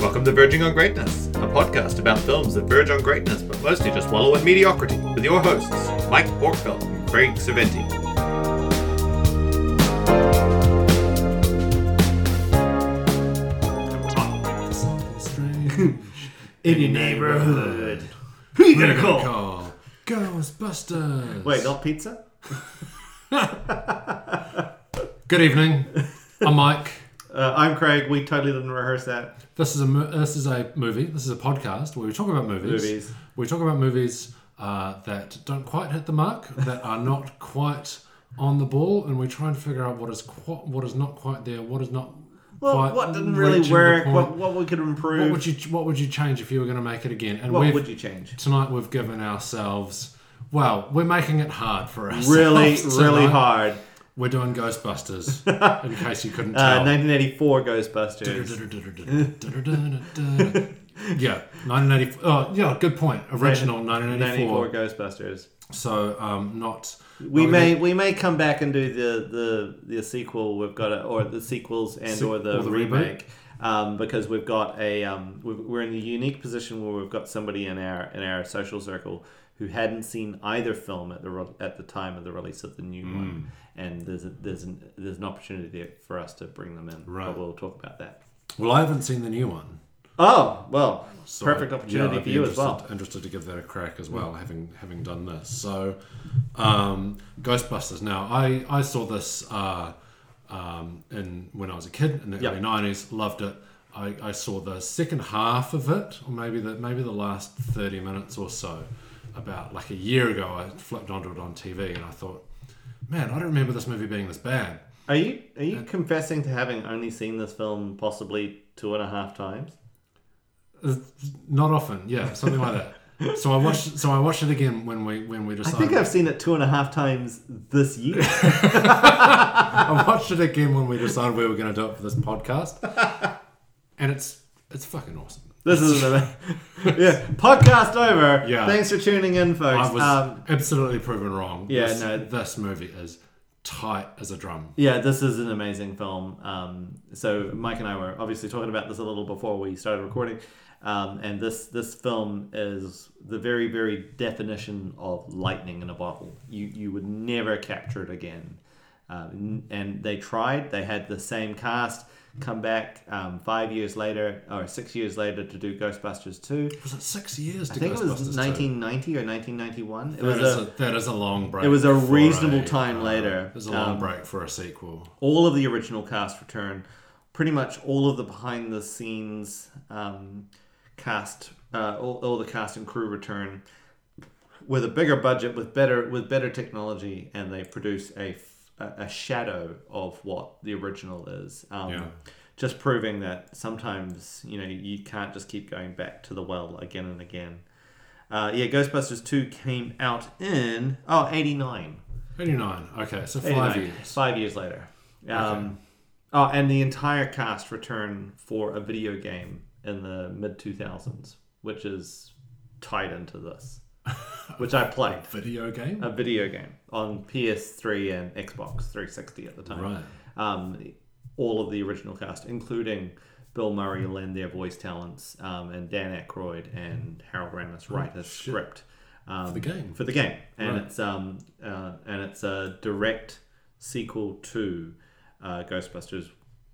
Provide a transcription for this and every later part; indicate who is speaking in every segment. Speaker 1: welcome to Verging on Greatness, a podcast about films that verge on greatness but mostly just wallow in mediocrity, with your hosts, Mike Borkfeld and Craig Saventi.
Speaker 2: Strange in your neighborhood.
Speaker 3: Who you gonna
Speaker 2: Critical
Speaker 3: call?
Speaker 2: call. Ghostbusters.
Speaker 3: Wait, not pizza?
Speaker 2: Good evening. I'm Mike.
Speaker 3: Uh, I'm Craig. We totally didn't rehearse that.
Speaker 2: This is a mo- this is a movie. This is a podcast where we talk about movies.
Speaker 3: Movies.
Speaker 2: We talk about movies uh, that don't quite hit the mark, that are not quite on the ball, and we try and figure out what is qu- what is not quite there, what is not
Speaker 3: Well,
Speaker 2: quite
Speaker 3: what didn't really
Speaker 2: reaching the
Speaker 3: work?
Speaker 2: point.
Speaker 3: What, what we could improve?
Speaker 2: What would you what would you change if you were going to make it again? And
Speaker 3: What
Speaker 2: we've-
Speaker 3: would you change?
Speaker 2: tonight we've given ourselves. Well, we're making it hard for ourselves.
Speaker 3: Really, really
Speaker 2: tonight.
Speaker 3: hard.
Speaker 2: We're doing Ghostbusters, in case you couldn't
Speaker 3: Uh,
Speaker 2: tell.
Speaker 3: 1984 Ghostbusters.
Speaker 2: yeah, 1984. Oh, yeah, good point. Original 1984.
Speaker 3: 1984 Ghostbusters.
Speaker 2: So, um, not.
Speaker 3: We
Speaker 2: not
Speaker 3: may we may come back and do the the, the sequel. We've got a, or the sequels and
Speaker 2: Se-
Speaker 3: or the,
Speaker 2: or the reboot.
Speaker 3: remake. Um, because we've got a um, we've, we're in the unique position where we've got somebody in our in our social circle who hadn't seen either film at the re- at the time of the release of the new
Speaker 2: Hmm.
Speaker 3: one, and there's a, there's an there's an opportunity there for us to bring them in.
Speaker 2: Right.
Speaker 3: But we'll talk about that.
Speaker 2: Well, I haven't seen the new one.
Speaker 3: Oh well,
Speaker 2: so-
Speaker 3: perfect
Speaker 2: yeah,
Speaker 3: opportunity
Speaker 2: I'd
Speaker 3: for
Speaker 2: be
Speaker 3: you as
Speaker 2: interested-
Speaker 3: well. Mm.
Speaker 2: Interested to give that a crack as well, having having done this. So, um, Ghostbusters. Now, I I saw this uh, um, in when I was a kid in the
Speaker 3: Yeah.
Speaker 2: early nineties. Loved it. I, I saw the second half of it, or maybe the maybe the last thirty minutes or so. About like a year ago, I flipped onto it on TV, and I thought, man, I don't remember this movie being this bad.
Speaker 3: Are you are you confessing to having only seen this film possibly two and a half times?
Speaker 2: Not often, yeah, something like that. So I watched. So I watched it again when we when we
Speaker 3: I
Speaker 2: decided.
Speaker 3: think I've seen it two and a half times this year.
Speaker 2: I watched it again when we decided we were going to do it for this podcast, and it's it's fucking awesome.
Speaker 3: this is an, yeah podcast over.
Speaker 2: Yeah.
Speaker 3: Thanks for tuning in, folks.
Speaker 2: I was
Speaker 3: um,
Speaker 2: absolutely proven wrong.
Speaker 3: Yeah,
Speaker 2: this,
Speaker 3: no.
Speaker 2: this movie is tight as a drum.
Speaker 3: yeah, this is an amazing film. Um, so Mike and I were obviously talking about this a little before we started recording, um, and this this film is the very very definition of lightning in a bottle. You you would never capture it again. Um, and they tried. They had the same cast come back um, five years later or six years later to do Ghostbusters two.
Speaker 2: Was it six years to
Speaker 3: I think it
Speaker 2: Ghostbusters
Speaker 3: was
Speaker 2: 19,
Speaker 3: 1990 or 1991. It
Speaker 2: that,
Speaker 3: was
Speaker 2: is
Speaker 3: a,
Speaker 2: a, that is a long break.
Speaker 3: it was a
Speaker 2: for
Speaker 3: reasonable
Speaker 2: a,
Speaker 3: time
Speaker 2: uh,
Speaker 3: later.
Speaker 2: It was a long
Speaker 3: Um,
Speaker 2: break for a sequel.
Speaker 3: all of the original cast return. Pretty much all of the behind the scenes um, cast, uh, all, all the cast and crew return with a bigger budget, with better with better technology, and they produce a f- a a shadow of what the original is. Um,
Speaker 2: Yeah.
Speaker 3: Just proving that sometimes you know you can't just keep going back to the well again and again. Uh, yeah, Ghostbusters 2 came out in, oh, 89.
Speaker 2: Eighty nine. Okay, so five
Speaker 3: 89.
Speaker 2: years.
Speaker 3: Five years later. Um,
Speaker 2: Okay.
Speaker 3: Oh, and the entire cast return for a video game in the mid 2000s, which is tied into this, which I played.
Speaker 2: Video game.
Speaker 3: A video game on PS3 and Xbox 360 at the time.
Speaker 2: Right.
Speaker 3: Um, all of the original cast, including Bill Murray,
Speaker 2: Mm-hmm.
Speaker 3: lend their voice talents, um, and Dan Aykroyd and Harold Ramis write a script um, for
Speaker 2: the game.
Speaker 3: For the game, and
Speaker 2: Right.
Speaker 3: it's um, uh, and it's a direct sequel to uh, Ghostbusters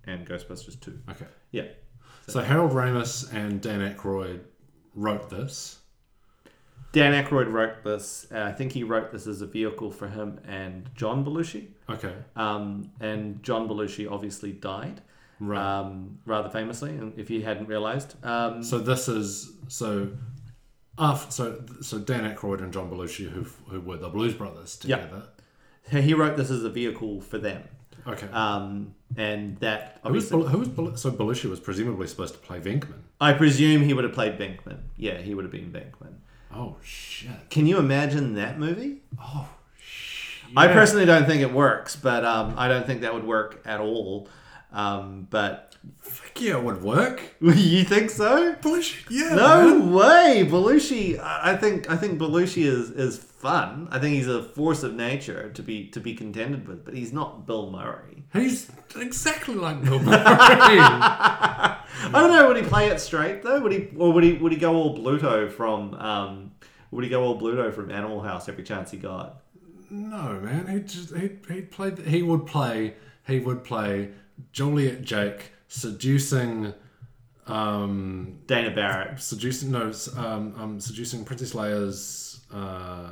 Speaker 3: and Ghostbusters Two.
Speaker 2: Okay.
Speaker 3: Yeah,
Speaker 2: So Harold Ramis and Dan Aykroyd wrote this.
Speaker 3: Dan Aykroyd wrote this. Uh, I think he wrote this as a vehicle for him and John Belushi.
Speaker 2: Okay.
Speaker 3: Um, and John Belushi obviously died,
Speaker 2: Right.
Speaker 3: um, rather famously, and if you hadn't realised. Um,
Speaker 2: So this is so. After, so so Dan Aykroyd and John Belushi, who who were the Blues Brothers
Speaker 3: Yeah.
Speaker 2: together.
Speaker 3: he wrote this as a vehicle for them.
Speaker 2: Okay.
Speaker 3: Um, and that
Speaker 2: who was
Speaker 3: obviously,
Speaker 2: Bel- who was Bel- so Belushi was presumably supposed to play Venkman.
Speaker 3: I presume he would have played Venkman. Yeah, he would have been Venkman.
Speaker 2: Oh shit!
Speaker 3: Can you imagine that movie?
Speaker 2: Oh shit!
Speaker 3: I personally don't think it works, but um, I don't think that would work at all. Um, but
Speaker 2: Fuck yeah, it would work.
Speaker 3: you think so?
Speaker 2: Bullshit. Yeah.
Speaker 3: No
Speaker 2: man.
Speaker 3: way, Belushi. I I think I think Belushi is is fun. I think he's a force of nature to be to be contended with, but he's not Bill Murray.
Speaker 2: He's exactly like Bill Murray.
Speaker 3: I don't know. Would he play it straight though? Would he or would he would he go all Bluto from um? Would he go all Bluto from Animal House every chance he got?
Speaker 2: no, man. He just he he played. He would play. He would play Joliet Jake seducing. Um,
Speaker 3: Dana Barrett.
Speaker 2: seducing no, s- um, um, seducing Princess Leia's uh,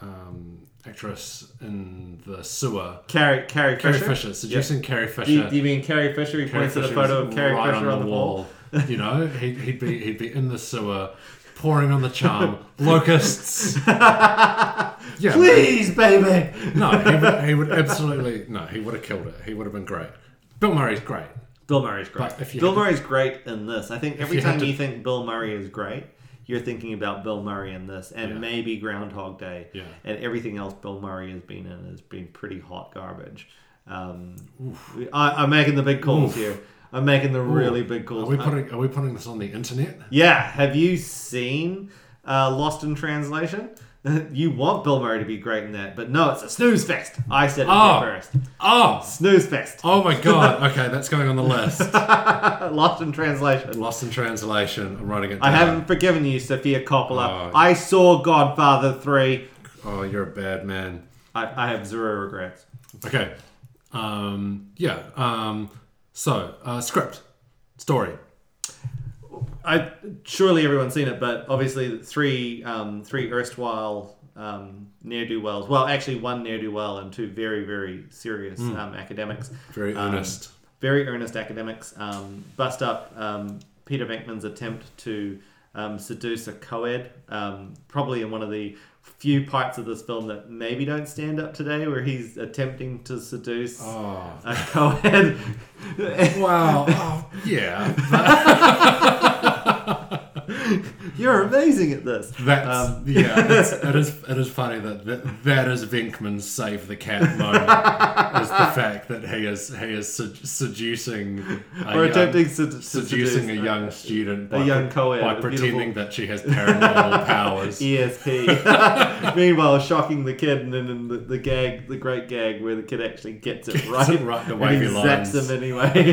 Speaker 2: um, actress in the sewer.
Speaker 3: Carrie Carrie
Speaker 2: Carrie
Speaker 3: Fisher.
Speaker 2: Fisher, seducing Carrie
Speaker 3: Do you,
Speaker 2: Fisher.
Speaker 3: do you mean Carrie Fisher? He
Speaker 2: Carrie
Speaker 3: points at a
Speaker 2: Fisher
Speaker 3: photo
Speaker 2: was
Speaker 3: of Carrie
Speaker 2: right
Speaker 3: Fisher on the wall.
Speaker 2: you know, he'd, he'd be he'd be in the sewer, pouring on the charm, locusts. Yeah,
Speaker 3: Please, baby.
Speaker 2: no, he would, he would absolutely no. He would have killed it. He would have been great. Bill Murray's great.
Speaker 3: Bill Murray's great.
Speaker 2: But if you
Speaker 3: Bill
Speaker 2: had to-
Speaker 3: Murray's great in this. I think every
Speaker 2: you had
Speaker 3: time
Speaker 2: to-
Speaker 3: you think Bill Murray is great, you're thinking about Bill Murray in this, and maybe Groundhog Day,
Speaker 2: Yeah.
Speaker 3: and everything else Bill Murray has been in has been pretty hot garbage. Um, I, I'm making the big calls here. I'm making the really big
Speaker 2: Are
Speaker 3: calls.
Speaker 2: we
Speaker 3: Uh,
Speaker 2: putting are we putting this on the internet?
Speaker 3: yeah, have you seen uh, Lost in Translation? you want Bill Murray to be great in that, but no, it's a snooze fest. I said it
Speaker 2: Oh.
Speaker 3: first.
Speaker 2: Oh,
Speaker 3: Snooze fest.
Speaker 2: oh my God. Okay, that's going on the list.
Speaker 3: Lost in Translation.
Speaker 2: Lost in translation. I'm writing it down.
Speaker 3: I haven't forgiven you, Sophia
Speaker 2: Oh.
Speaker 3: Coppola. I saw Godfather 3.
Speaker 2: Oh, you're a bad man.
Speaker 3: I, I have zero regrets.
Speaker 2: Okay. Um, yeah. Um, so, uh, script, story.
Speaker 3: I surely everyone's seen it, but obviously three um, three erstwhile um, ne'er do wells. Well, actually one ne'er do well and two very very serious
Speaker 2: Hmm.
Speaker 3: um, academics.
Speaker 2: Very
Speaker 3: Um,
Speaker 2: earnest.
Speaker 3: very earnest academics um, bust up um, Peter Venkman's attempt to um, seduce a co-ed, um, probably in one of the few parts of this film that maybe don't stand up today, where he's attempting to seduce
Speaker 2: Oh.
Speaker 3: a co-ed.
Speaker 2: Wow. Oh, yeah.
Speaker 3: You're amazing at this.
Speaker 2: That's
Speaker 3: Um,
Speaker 2: yeah. It's, it is. It is funny that that, that is Venkman's save the cat moment. is the fact that he is he is sed- seducing a
Speaker 3: or
Speaker 2: young-
Speaker 3: attempting to, to
Speaker 2: seducing
Speaker 3: seduce
Speaker 2: a young student, by,
Speaker 3: young co-ed,
Speaker 2: by
Speaker 3: a
Speaker 2: pretending
Speaker 3: beautiful-
Speaker 2: that she has paranormal powers.
Speaker 3: ESP. E Meanwhile, shocking the kid, and then the, the gag, the great gag where the kid actually gets it right,
Speaker 2: it right, the
Speaker 3: and
Speaker 2: wavy
Speaker 3: he
Speaker 2: lines.
Speaker 3: zaps him anyway.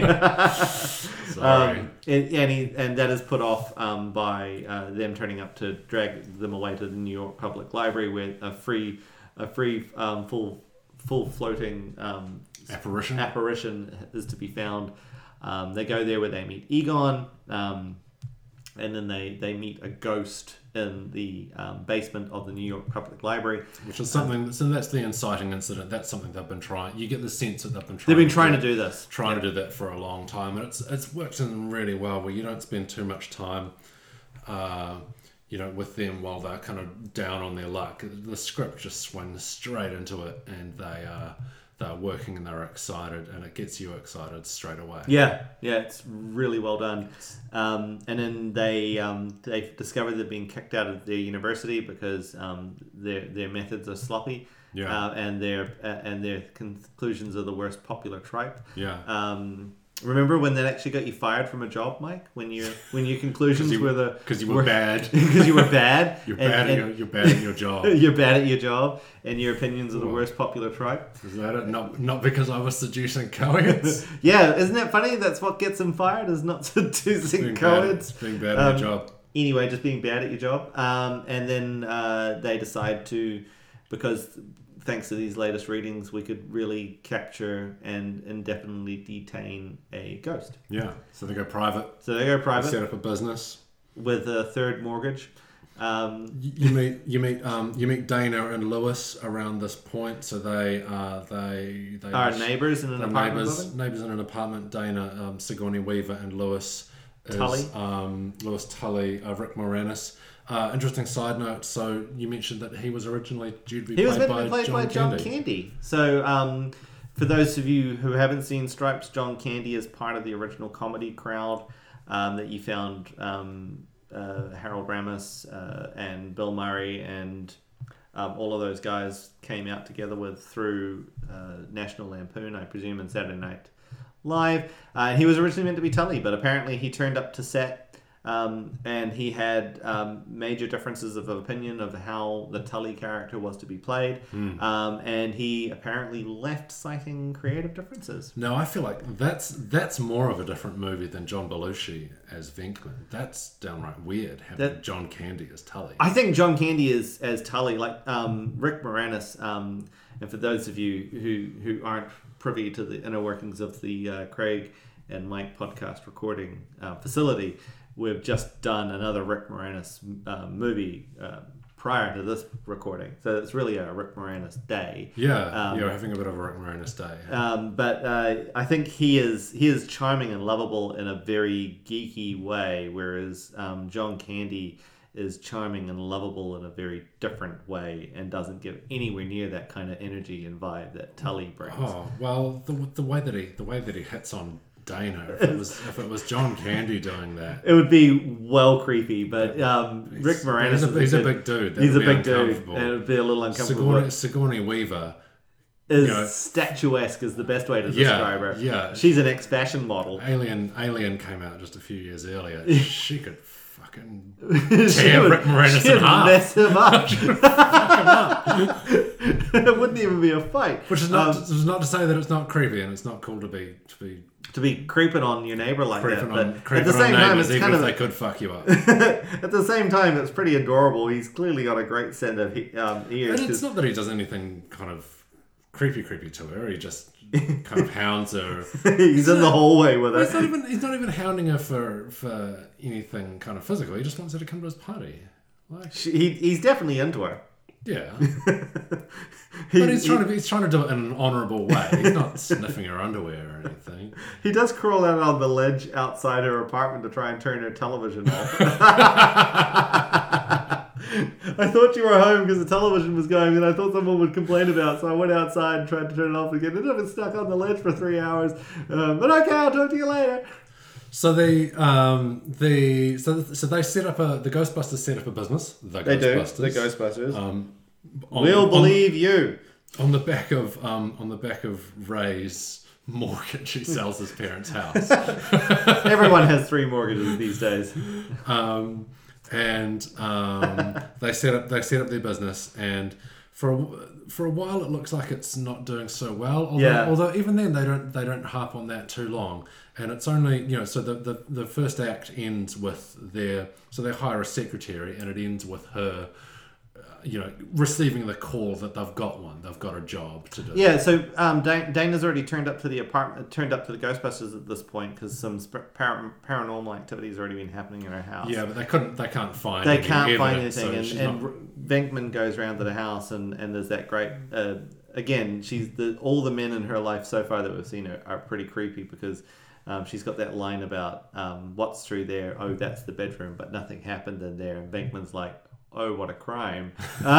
Speaker 2: Sorry.
Speaker 3: um, and and, he, and that is put off um, by uh, them turning up to drag them away to the New York Public Library, where a free, a free um, full, full floating um,
Speaker 2: Apparition.
Speaker 3: apparition is to be found. Um, they go there where they meet Egon, um, and then they, they meet a ghost in the um, basement of the New York Public Library.
Speaker 2: Which is something. So that's the inciting incident. That's something they've been trying. You get the sense that they've been trying.
Speaker 3: They've been trying to do this.
Speaker 2: trying to do that for a long time, and it's it's worked in really well where you don't spend too much time, uh, you know, with them while they're kind of down on their luck. The script just swings straight into it, and they are they're working and they're excited, and it gets you excited straight away.
Speaker 3: Yeah, yeah, it's really well done. Um, and then they um, they discover they've been kicked out of their university because um, their their methods are sloppy.
Speaker 2: Yeah.
Speaker 3: Uh, and their uh, and their conclusions are the worst popular tripe.
Speaker 2: Yeah.
Speaker 3: Um, remember when that actually got you fired from a job, Mike? When you when your conclusions
Speaker 2: you-
Speaker 3: were the
Speaker 2: 'cause you were bad.
Speaker 3: because you were bad.
Speaker 2: You're
Speaker 3: and-
Speaker 2: bad. at
Speaker 3: and-
Speaker 2: your, you're bad at your job.
Speaker 3: You're bad at your job, and your opinions are the worst popular tripe.
Speaker 2: Is that it? Not not because I was seducing coeds.
Speaker 3: Yeah, isn't that funny? That's what gets them fired is not seducing
Speaker 2: Being bad,
Speaker 3: coeds.
Speaker 2: at- being bad at
Speaker 3: Um,
Speaker 2: your job.
Speaker 3: anyway, just being bad at your job. Um, and then uh, they decide to, because thanks to these latest readings, we could really capture and indefinitely detain a ghost.
Speaker 2: Yeah. So they go private.
Speaker 3: So they go
Speaker 2: Set
Speaker 3: private
Speaker 2: up a business.
Speaker 3: with a third mortgage. Um,
Speaker 2: You meet you meet um, you meet Dana and Lewis around this point. So they uh, they they
Speaker 3: our neighbors in an
Speaker 2: they're
Speaker 3: apartment
Speaker 2: neighbors
Speaker 3: building.
Speaker 2: neighbors in an apartment. Dana um, Sigourney Weaver and Lewis is,
Speaker 3: Tully.
Speaker 2: um, Lewis Tully uh, Rick Moranis. Uh, interesting side note. So you mentioned that he was originally due to be
Speaker 3: He was
Speaker 2: played,
Speaker 3: meant
Speaker 2: by,
Speaker 3: to be played
Speaker 2: John
Speaker 3: by John Candy.
Speaker 2: Candy.
Speaker 3: So, um, for those of you who haven't seen Stripes, John Candy is part of the original comedy crowd um, that you found um, uh, Harold Ramis uh, and Bill Murray and um, all of those guys came out together with through uh, National Lampoon, I presume, and Saturday Night live. Uh, and he was originally meant to be Tully, but apparently he turned up to set um, and he had um, major differences of opinion of how the Tully character was to be played. Um, and he apparently left, citing creative differences.
Speaker 2: No, I feel like that's that's more of a different movie than John Belushi as Venkman. That's downright weird having
Speaker 3: That-
Speaker 2: John Candy as Tully.
Speaker 3: I think John Candy is as Tully, like um, Rick Moranis. Um, and for those of you who who aren't privy to the inner workings of the uh, Craig and Mike podcast recording uh, facility, we've just done another Rick Moranis uh, movie uh, prior to this recording, so it's really a Rick Moranis day.
Speaker 2: yeah,
Speaker 3: Um,
Speaker 2: you're having a bit of a Rick Moranis day.
Speaker 3: Um, but uh, I think he is he is charming and lovable in a very geeky way, whereas um, John Candy is charming and lovable in a very different way and doesn't give anywhere near that kind of energy and vibe that Tully brings.
Speaker 2: oh well, the, the way that he the way that he hits on Dana. If it was if it was John Candy doing that,
Speaker 3: It would be well creepy, but um, Rick Moranis
Speaker 2: he's a-
Speaker 3: is
Speaker 2: he's a
Speaker 3: good-
Speaker 2: big dude. That
Speaker 3: He's a
Speaker 2: would be
Speaker 3: big dude,
Speaker 2: uncomfortable.
Speaker 3: and it would be a little uncomfortable.
Speaker 2: Sigourney, Sigourney Weaver.
Speaker 3: is
Speaker 2: know-
Speaker 3: statuesque is the best way to
Speaker 2: Yeah,
Speaker 3: describe her.
Speaker 2: yeah.
Speaker 3: she's an ex-fashion model.
Speaker 2: Alien Alien came out just a few years earlier. She could fucking
Speaker 3: she would,
Speaker 2: Rick Moranis
Speaker 3: she
Speaker 2: in
Speaker 3: would
Speaker 2: half.
Speaker 3: mess him up. it wouldn't even be a fight. Um,
Speaker 2: Which is not is not to say that it's not creepy and it's not cool to be to be
Speaker 3: to be creeping on your neighbor like
Speaker 2: creeping
Speaker 3: that,
Speaker 2: on
Speaker 3: but at
Speaker 2: creeping
Speaker 3: the
Speaker 2: on
Speaker 3: same time,
Speaker 2: neighbors,
Speaker 3: it's
Speaker 2: even
Speaker 3: kind
Speaker 2: if
Speaker 3: of
Speaker 2: they could fuck you up.
Speaker 3: at the same time, it's pretty adorable. He's clearly got a great set of he- um, ears.
Speaker 2: And it's
Speaker 3: 'cause-
Speaker 2: not that he does anything kind of creepy, creepy to her. He just kind of hounds her.
Speaker 3: he's in the hallway with
Speaker 2: He's not
Speaker 3: her.
Speaker 2: even he's not even hounding her for for anything kind of physical. He just wants her to come to his party. Like,
Speaker 3: She, he, he's definitely into her.
Speaker 2: yeah,
Speaker 3: He,
Speaker 2: but he's
Speaker 3: he-
Speaker 2: trying to be, he's trying to do it in an honourable way. He's not sniffing her underwear or anything.
Speaker 3: he does crawl out on the ledge outside her apartment to try and turn her television off. I thought you were home because the television was going, and I thought someone would complain about. it, So I went outside and tried to turn it off again. It had been stuck on the ledge for three hours. Um, but okay, I'll talk to you later.
Speaker 2: So they um the so so they set up a the Ghostbusters set up a business. The Ghostbusters.
Speaker 3: Ghostbusters.
Speaker 2: on-
Speaker 3: we'll
Speaker 2: on-
Speaker 3: believe you.
Speaker 2: on the back of um, on the back of Ray's mortgage, he sells his parents' house,
Speaker 3: Everyone has three mortgages these days.
Speaker 2: um, and um, they set up they set up their business, and for a, wh- for a while it looks like it's not doing so well. Although,
Speaker 3: Yeah.
Speaker 2: although even then they don't they don't harp on that too long, and it's only you know so the, the the first act ends with their so they hire a secretary, and it ends with her. uh, You know, receiving the call that they've got one, they've got a job to do.
Speaker 3: Yeah, so um, Dan- Dana's already turned up to the apartment, turned up to the Ghostbusters at this point because some sp- par- paranormal activity has already been happening in her house.
Speaker 2: Yeah, but they couldn't. They can't find.
Speaker 3: they
Speaker 2: any
Speaker 3: can't find
Speaker 2: evidence, so
Speaker 3: anything,
Speaker 2: she's
Speaker 3: and, and
Speaker 2: not-
Speaker 3: R- Venkman goes round to the house, and, and there's that great. Uh, again, she's the all the men in her life so far that we've seen are, are pretty creepy because um, she's got that line about um, what's through there. Oh, that's the bedroom, but nothing happened in there. And Venkman's like, oh, what a crime.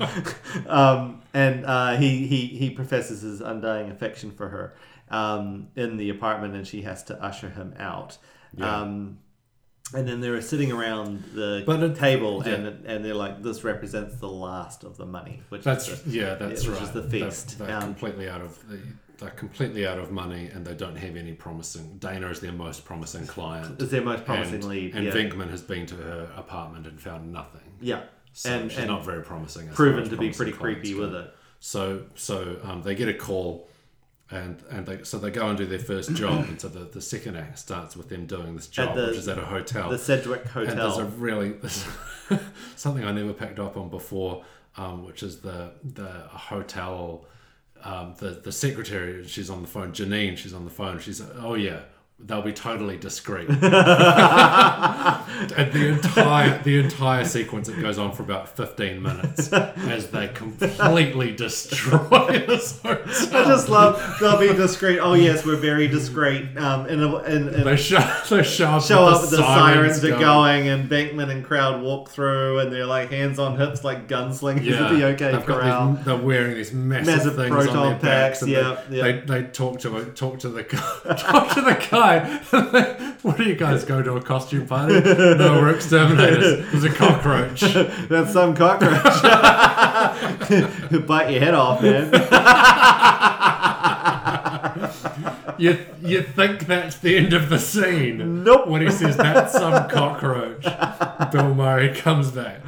Speaker 3: Uh, um, and uh, he, he, he professes his undying affection for her um, in the apartment, and she has to usher him out. Um, and then they're sitting around the
Speaker 2: But it-
Speaker 3: table,
Speaker 2: yeah.
Speaker 3: and and they're like, "This represents the last of the money." Which is
Speaker 2: that's
Speaker 3: the,
Speaker 2: yeah, that's
Speaker 3: yeah, which
Speaker 2: right.
Speaker 3: is the
Speaker 2: They're-
Speaker 3: feast.
Speaker 2: They're,
Speaker 3: Um,
Speaker 2: completely out of the. They're completely out of money, and they don't have any promising. Dana is their most promising client,
Speaker 3: is their most
Speaker 2: and,
Speaker 3: promising lead.
Speaker 2: and
Speaker 3: yeah,
Speaker 2: Venkman has been to her apartment and found nothing.
Speaker 3: yeah,
Speaker 2: So
Speaker 3: and
Speaker 2: she's
Speaker 3: and
Speaker 2: not very promising. as far
Speaker 3: proven
Speaker 2: as
Speaker 3: to be
Speaker 2: promising
Speaker 3: pretty
Speaker 2: clients
Speaker 3: creepy
Speaker 2: go.
Speaker 3: with it.
Speaker 2: So so um, they get a call, and and they so they go and do their first job, and so the, the second act starts with them doing this job,
Speaker 3: the-
Speaker 2: which is at a hotel.
Speaker 3: The Sedgwick
Speaker 2: oh. And there's a
Speaker 3: Hotel.
Speaker 2: really there's something I never picked up on before, um, which is the the hotel, um, the the secretary. She's on the phone. Janine. She's on the phone. She's oh yeah, they'll be totally discreet. and the entire the entire sequence it goes on for about fifteen minutes as they completely destroy this hotel.
Speaker 3: I just love they'll be discreet. Oh yes, we're very discreet. Um, and and, and
Speaker 2: They show they show up,
Speaker 3: show
Speaker 2: with
Speaker 3: up, the sirens, are going, and Bankman and crowd walk through, and they're like hands on hips, like gunslingers
Speaker 2: Yeah,
Speaker 3: at the OK
Speaker 2: they've got
Speaker 3: Corral.
Speaker 2: these- they're wearing these massive,
Speaker 3: Massive
Speaker 2: things on
Speaker 3: proton
Speaker 2: their backs,
Speaker 3: packs,
Speaker 2: and
Speaker 3: yeah,
Speaker 2: they,
Speaker 3: yeah.
Speaker 2: They, they talk to a- talk to the guy- talk to the guy. what do you guys go to a costume party? no, we're exterminators. There's a cockroach.
Speaker 3: That's some cockroach. Who bite your head off, man.
Speaker 2: you you think that's the end of the scene?
Speaker 3: Nope.
Speaker 2: When he says that's some cockroach, Bill Murray comes back,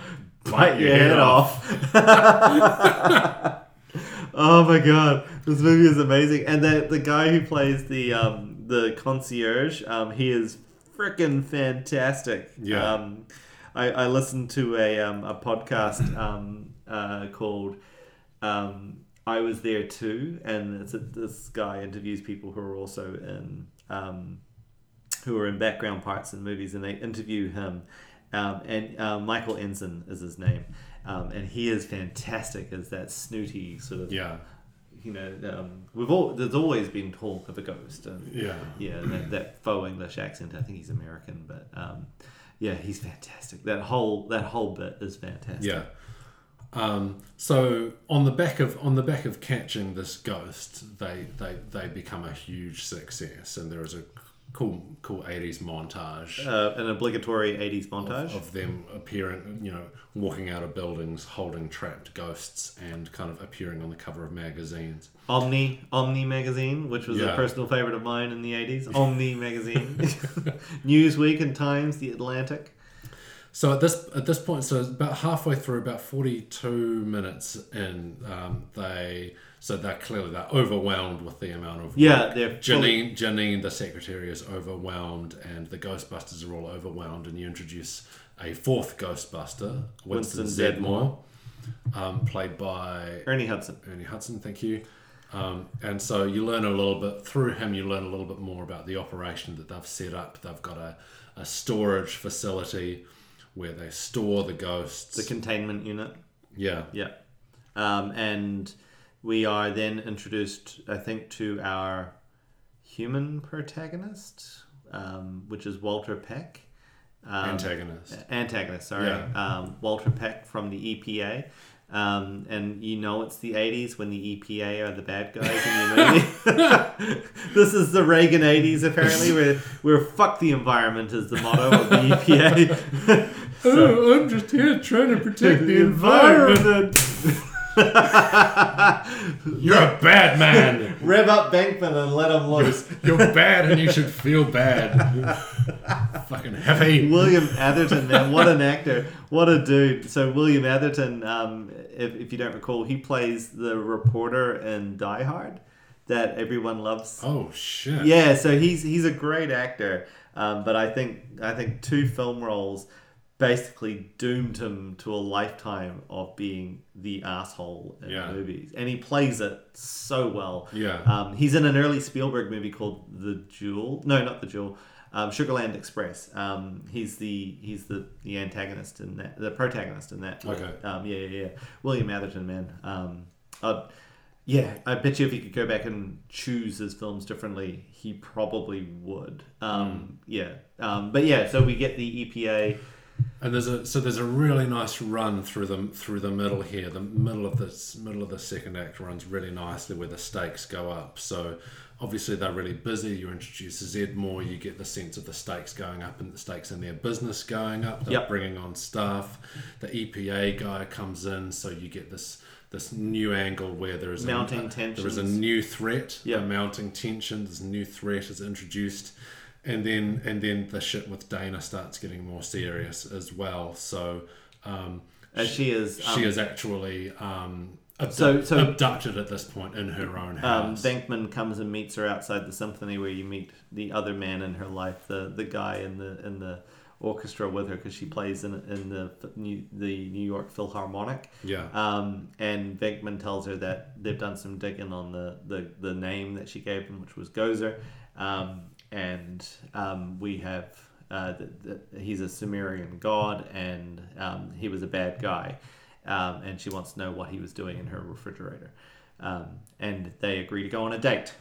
Speaker 3: bite your head off. oh my god, this movie is amazing. And the the guy who plays the um, the concierge, um, he is freaking fantastic.
Speaker 2: Yeah.
Speaker 3: Um, I, I listened to a um, a podcast um, uh, called. Um, I was there too, and it's a, this guy interviews people who are also in um, who are in background parts in movies, and they interview him. Um, and uh, Michael Ensign is his name, um, and he is fantastic as that snooty sort of
Speaker 2: Yeah,
Speaker 3: you know. Um, we've all there's always been talk of a ghost. And,
Speaker 2: yeah.
Speaker 3: yeah, that, that faux English accent. I think he's American, but um, yeah, he's fantastic. That whole that whole bit is fantastic.
Speaker 2: Yeah. Um, so on the back of on the back of catching this ghost, they they they become a huge success, and there is a cool cool eighties montage
Speaker 3: Uh, an obligatory '80s montage.
Speaker 2: of them appearing, you know, walking out of buildings, holding trapped ghosts, and kind of appearing on the cover of magazines.
Speaker 3: Omni Omni magazine, which was a
Speaker 2: Yeah.
Speaker 3: personal favorite of mine in the eighties. Omni magazine, Newsweek and Times, The Atlantic.
Speaker 2: So at this at this point, so it's about halfway through, about forty two minutes in, um, they so they're clearly they're overwhelmed with the amount of
Speaker 3: Yeah, they're
Speaker 2: Janine,
Speaker 3: fully-
Speaker 2: Janine, the secretary, is overwhelmed, and the Ghostbusters are all overwhelmed. And you introduce a fourth Ghostbuster, Winston,
Speaker 3: Winston
Speaker 2: Zedmore, um, played by
Speaker 3: Ernie Hudson.
Speaker 2: Ernie Hudson. Thank you. Um, and so you learn a little bit through him. You learn a little bit more about the operation that they've set up. They've got a, a storage facility where they store the ghosts.
Speaker 3: The containment unit.
Speaker 2: yeah,
Speaker 3: Yeah. Um, and we are then introduced, I think, to our human protagonist, um, which is Walter Peck. Um,
Speaker 2: antagonist.
Speaker 3: antagonist, sorry,
Speaker 2: Yeah.
Speaker 3: um, Walter Peck from the EPA. Um, and you know it's the 80s when the EPA are the bad guys in your movie. this is the Reagan 80s, apparently, where, where fuck the environment is the motto of the E EPA.
Speaker 2: oh, I'm just here trying to protect the environment. You're a bad man.
Speaker 3: Rev up Bankman and let him loose.
Speaker 2: You're bad, and you should feel bad. Fucking heavy.
Speaker 3: William Atherton, man, what an actor, what a dude. So William Atherton, um, if, if you don't recall, he plays the reporter in Die Hard that everyone loves.
Speaker 2: Oh shit.
Speaker 3: Yeah, so he's he's a great actor, um, but I think I think two film roles basically doomed him to a lifetime of being the asshole in
Speaker 2: Yeah.
Speaker 3: movies, and he plays it so well.
Speaker 2: Yeah.
Speaker 3: um, he's in an early Spielberg movie called The Jewel. No, not The Jewel. Um, Sugarland Express. Um, he's the he's the, the antagonist in that, the protagonist in that.
Speaker 2: Okay.
Speaker 3: Um, yeah, yeah, yeah. William Atherton, man. Um, i yeah, I bet you if he could go back and choose his films differently, he probably would. Um,
Speaker 2: Hmm.
Speaker 3: Yeah. Um, but yeah, so we get the E EPA.
Speaker 2: And there's a so there's a really nice run through the through the middle here. The middle of this middle of the second act runs really nicely where the stakes go up. So obviously they're really busy. You introduce Zed more, you get the sense of the stakes going up and the stakes in their business going up. They're
Speaker 3: Yep.
Speaker 2: bringing on staff. The EPA guy comes in, so you get this this new angle where there is
Speaker 3: Mounting
Speaker 2: a, There is a
Speaker 3: tensions.
Speaker 2: new threat.
Speaker 3: Yeah.
Speaker 2: A mounting tension. This new threat is introduced, and then and then the shit with Dana starts getting more serious as well. So um,
Speaker 3: Uh, she is. Um,
Speaker 2: she is actually um, abdu-
Speaker 3: So- so-
Speaker 2: abducted at this point in her own
Speaker 3: um,
Speaker 2: house.
Speaker 3: Bankman comes and meets her outside the symphony, where you meet the other man in her life, the the guy in the in the orchestra with her, because she plays in in the New, the New York Philharmonic.
Speaker 2: yeah.
Speaker 3: Um, and Venkman tells her that they've done some digging on the, the, the name that she gave him, which was Gozer. Um, and um, we have uh, that that he's a Sumerian god, and um, he was a bad guy. Um, and she wants to know what he was doing in her refrigerator. Um, and they agree to go on a date.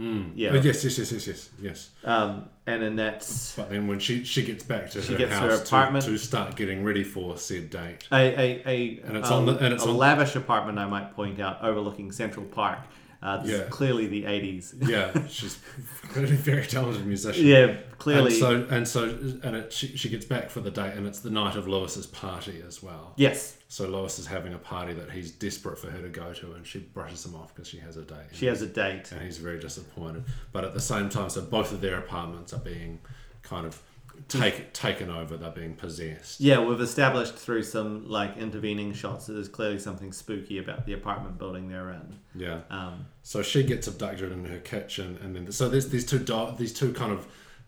Speaker 2: Oh,
Speaker 3: Yeah.
Speaker 2: yes, yes, yes, yes, yes, yes.
Speaker 3: Um, and then that's
Speaker 2: But then when she she gets back to her
Speaker 3: gets her
Speaker 2: house to-
Speaker 3: apartment.
Speaker 2: To, start getting ready for said date.
Speaker 3: a a, a,
Speaker 2: And it's
Speaker 3: a-
Speaker 2: on the- and it's
Speaker 3: a
Speaker 2: on-
Speaker 3: lavish apartment, I might point out, overlooking Central Park. Uh, this
Speaker 2: Yeah.
Speaker 3: is clearly the 80s.
Speaker 2: Yeah, she's clearly a very talented musician.
Speaker 3: yeah, clearly.
Speaker 2: And so and so and it, she, she gets back for the day, and it's the night of Lois's party as well.
Speaker 3: yes,
Speaker 2: So Lois is having a party that he's desperate for her to go to, and she brushes him off because she has a date.
Speaker 3: she has a date.
Speaker 2: and he's very disappointed. But at the same time, so both of their apartments are being kind of take, taken over. They're being possessed.
Speaker 3: Yeah, we've established through some like intervening shots that there's clearly something spooky about the apartment building they're in.
Speaker 2: Yeah.
Speaker 3: Um,
Speaker 2: So she gets abducted in her kitchen, and then so there's these two do- these two kind of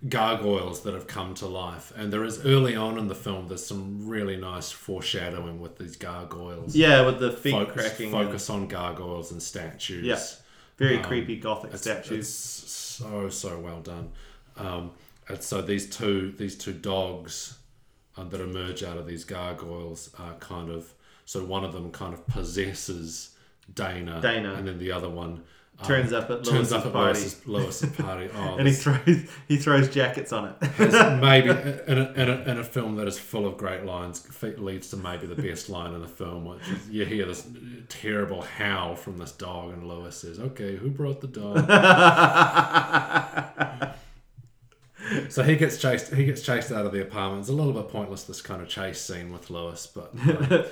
Speaker 2: gargoyles that have come to life. And there is early on in the film, there's some really nice foreshadowing with these gargoyles.
Speaker 3: yeah, with the feet
Speaker 2: Focus,
Speaker 3: cracking. and
Speaker 2: focus on gargoyles and statues.
Speaker 3: Yeah. Very
Speaker 2: Um,
Speaker 3: creepy gothic
Speaker 2: It's,
Speaker 3: statues.
Speaker 2: it's so so well done. Um, and so these two these two dogs um, that emerge out of these gargoyles are kind of so one of them kind of possesses Dana,
Speaker 3: Dana.
Speaker 2: and then the other one um,
Speaker 3: Turns up at
Speaker 2: turns
Speaker 3: Lewis's
Speaker 2: up at
Speaker 3: party.
Speaker 2: Lewis's, Lewis's party. Oh,
Speaker 3: and he throws he throws jackets on it.
Speaker 2: this is maybe in a, in, a, in a film that is full of great lines fe- leads to maybe the best line in the film, which is you hear this terrible howl from this dog, and Lewis says, "Okay, who brought the dog?" So he gets chased. He gets chased out of the apartment. It's a little bit pointless this kind of chase scene with Lewis, but um,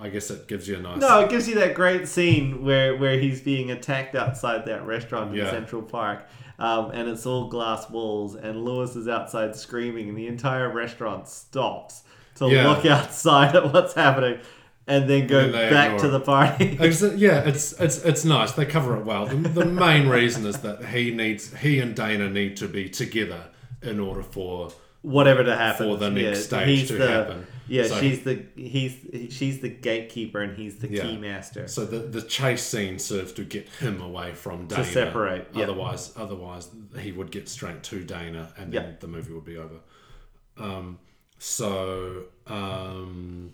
Speaker 2: I guess it gives you a nice.
Speaker 3: No, it gives you that great scene where, where he's being attacked outside that restaurant in
Speaker 2: Yeah.
Speaker 3: Central Park, um, and it's all glass walls, and Lewis is outside screaming, and the entire restaurant stops to
Speaker 2: Yeah.
Speaker 3: look outside at what's happening, and then go
Speaker 2: And they
Speaker 3: back to
Speaker 2: ignore
Speaker 3: the party.
Speaker 2: It's- uh, yeah, it's it's it's nice. They cover it well. The, the main reason is that he needs he and Dana need to be together in order for
Speaker 3: Whatever to happen
Speaker 2: For the next stage
Speaker 3: he's
Speaker 2: to
Speaker 3: the-
Speaker 2: happen.
Speaker 3: Yeah,
Speaker 2: So-
Speaker 3: she's the he's she's the gatekeeper, and he's the
Speaker 2: Yeah.
Speaker 3: key master.
Speaker 2: So the, the chase scene serves to get him away from Dana.
Speaker 3: separate, yeah.
Speaker 2: Otherwise, otherwise he would get straight to Dana, and then the movie would be over. Um, so um,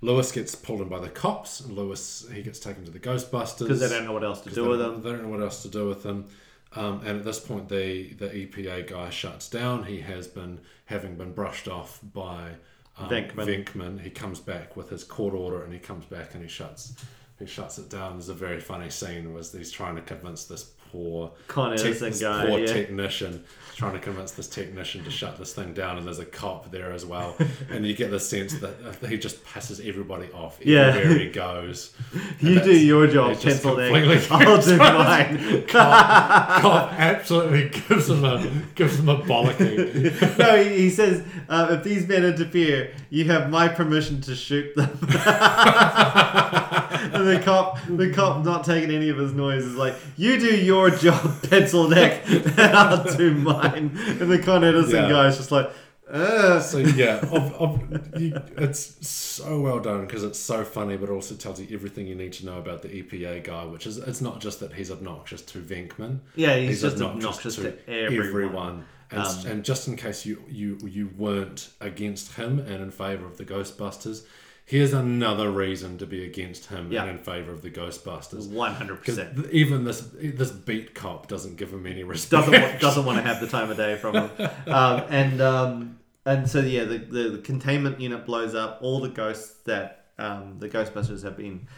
Speaker 2: Lewis gets pulled in by the cops. and Lewis he gets taken to the Ghostbusters
Speaker 3: Because they don't know what else to do with
Speaker 2: they don't-
Speaker 3: them.
Speaker 2: They don't know what else to do with them. Um, and at this point, the the EPA guy shuts down. He has been having been brushed off by um,
Speaker 3: Venkman.
Speaker 2: Venkman. He comes back with his court order, and he comes back and he shuts he shuts it down. There's a very funny scene was he's trying to convince this poor
Speaker 3: Con
Speaker 2: tech-
Speaker 3: Edison
Speaker 2: this
Speaker 3: guy,
Speaker 2: poor
Speaker 3: yeah.
Speaker 2: technician trying to convince this technician to shut this thing down, and there's a cop there as well, and you get the sense that uh, he just pisses everybody off
Speaker 3: Yeah.
Speaker 2: everywhere he goes.
Speaker 3: You
Speaker 2: And
Speaker 3: do
Speaker 2: that's-
Speaker 3: your job,
Speaker 2: it's just
Speaker 3: pencil neck.
Speaker 2: completely-
Speaker 3: I'll do mine.
Speaker 2: God absolutely gives him a gives him a bollocking.
Speaker 3: no, he, he says, uh, if these men interfere, you have my permission to shoot them. and the cop, the cop, not taking any of his noise, is like, you do your job, pencil neck, and I'll do mine. And the Con Edison
Speaker 2: Yeah.
Speaker 3: guy is just like, "Uh, Ugh.
Speaker 2: So yeah, of, of, you, it's so well done because it's so funny, but also tells you everything you need to know about the EPA guy. Which is it's not just that he's obnoxious to Venkman.
Speaker 3: Yeah, he's just obnoxious to everyone. Um,
Speaker 2: And, s- and just in case you, you you weren't against him and in favor of the Ghostbusters, here's another reason to be against him
Speaker 3: Yeah.
Speaker 2: and in favor of the Ghostbusters.
Speaker 3: one hundred
Speaker 2: Because
Speaker 3: percent.
Speaker 2: even this this beat cop doesn't give him any respect.
Speaker 3: doesn't wa- doesn't want to have the time of day from him. Um, and um, and so yeah, the, the, the containment unit blows up. All the ghosts that um, the Ghostbusters have been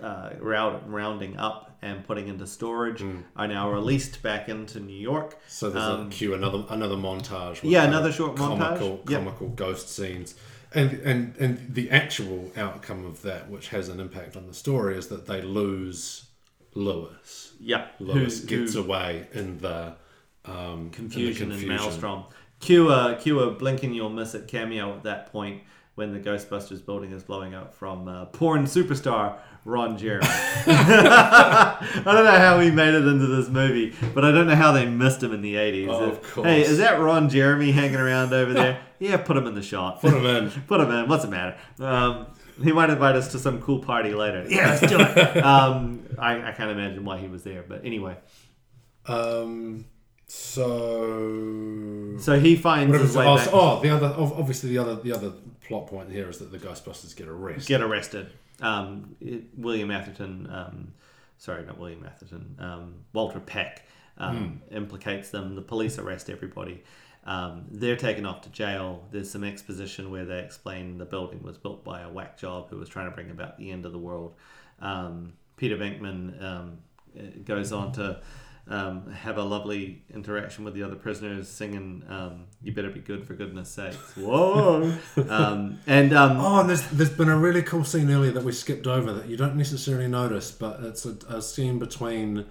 Speaker 3: uh, round, rounding up and putting into storage are now released back into New York.
Speaker 2: So there's a cue another another montage. With
Speaker 3: um, yeah,
Speaker 2: kind
Speaker 3: another
Speaker 2: of
Speaker 3: short montage.
Speaker 2: comical,
Speaker 3: Yep.
Speaker 2: comical ghost scenes, and and and the actual outcome of that, which has an impact on the story, is that they lose Lewis.
Speaker 3: yeah,
Speaker 2: Lewis
Speaker 3: who-
Speaker 2: gets
Speaker 3: who-
Speaker 2: away in the um,
Speaker 3: confusion,
Speaker 2: in the
Speaker 3: and maelstrom. Cue a, cue a blink and you'll miss it cameo at that point when the Ghostbusters building is blowing up from uh, porn superstar Ron Jeremy. I don't know how he made it into this movie, but I don't know how they missed him in the 80s.
Speaker 2: Oh, of
Speaker 3: If-
Speaker 2: course.
Speaker 3: Hey, is that Ron Jeremy hanging around over there? yeah, put him in the shot.
Speaker 2: Put him in.
Speaker 3: Put him in. What's the matter? Um, he might invite us to some cool party later. Yeah, let's do it. um, I, I can't imagine why he was there, but anyway.
Speaker 2: Um, so.
Speaker 3: So he finds
Speaker 2: Whatever it's-
Speaker 3: his way
Speaker 2: oh,
Speaker 3: back.
Speaker 2: oh, the other ob- obviously the other the other plot point here is that the Ghostbusters get arrested.
Speaker 3: get arrested. Um, it- William Atherton, um, sorry, not William Atherton, um, Walter Peck um, implicates them. The police arrest everybody. Um, they're taken off to jail. There's some exposition where they explain the building was built by a whack job who was trying to bring about the end of the world. Um, Peter Venkman um, goes on to um, have a lovely interaction with the other prisoners, singing um, "You Better Be Good for Goodness' Sakes." Whoa! um, and um,
Speaker 2: Oh, and there's, there's been a really cool scene earlier that we skipped over that you don't necessarily notice, but it's a, a scene between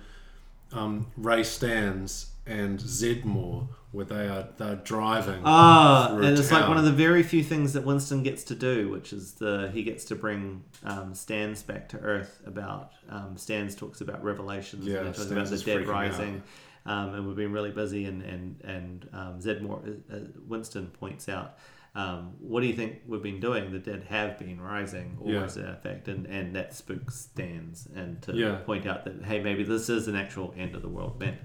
Speaker 2: um, Ray Stans and Zedmore where they are they're driving.
Speaker 3: Ah,
Speaker 2: through a
Speaker 3: and it's like one
Speaker 2: town.
Speaker 3: of the very few things that Winston gets to do, which is the he gets to bring um, Stans back to Earth. About um, Stans talks about revelations.
Speaker 2: Yeah,
Speaker 3: and he talks
Speaker 2: Stans
Speaker 3: about the
Speaker 2: is
Speaker 3: dead
Speaker 2: freaking out.
Speaker 3: rising. Um, and we've been really busy, and and and um, Zedmore uh, uh, Winston points out, um, what do you think we've been doing? The dead have been rising, or
Speaker 2: Yeah.
Speaker 3: is that a fact? And and that spooks Stans, and to
Speaker 2: Yeah.
Speaker 3: point out that hey, maybe this is an actual end of the world event.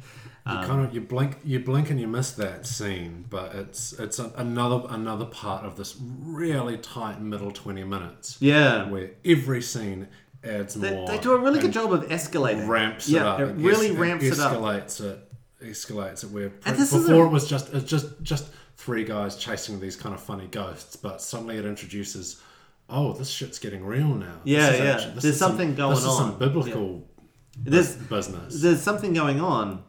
Speaker 2: you
Speaker 3: Um,
Speaker 2: kind of you blink you blink and you miss that scene, but it's it's a, another another part of this really tight middle twenty minutes
Speaker 3: yeah,
Speaker 2: where every scene adds
Speaker 3: They,
Speaker 2: more.
Speaker 3: they do a really good
Speaker 2: and
Speaker 3: job of escalating.
Speaker 2: Ramps
Speaker 3: yeah,
Speaker 2: it up.
Speaker 3: it really
Speaker 2: es-
Speaker 3: ramps it up.
Speaker 2: Escalates it. Escalates it. Where
Speaker 3: And this is
Speaker 2: before
Speaker 3: a-
Speaker 2: it was just it's just just three guys chasing these kind of funny ghosts, but suddenly it introduces. Oh, this shit's getting real now. This
Speaker 3: Yeah,
Speaker 2: is
Speaker 3: yeah.
Speaker 2: actu-
Speaker 3: There's
Speaker 2: is some-
Speaker 3: something going
Speaker 2: This is
Speaker 3: on.
Speaker 2: some biblical
Speaker 3: There's
Speaker 2: business.
Speaker 3: there's something going on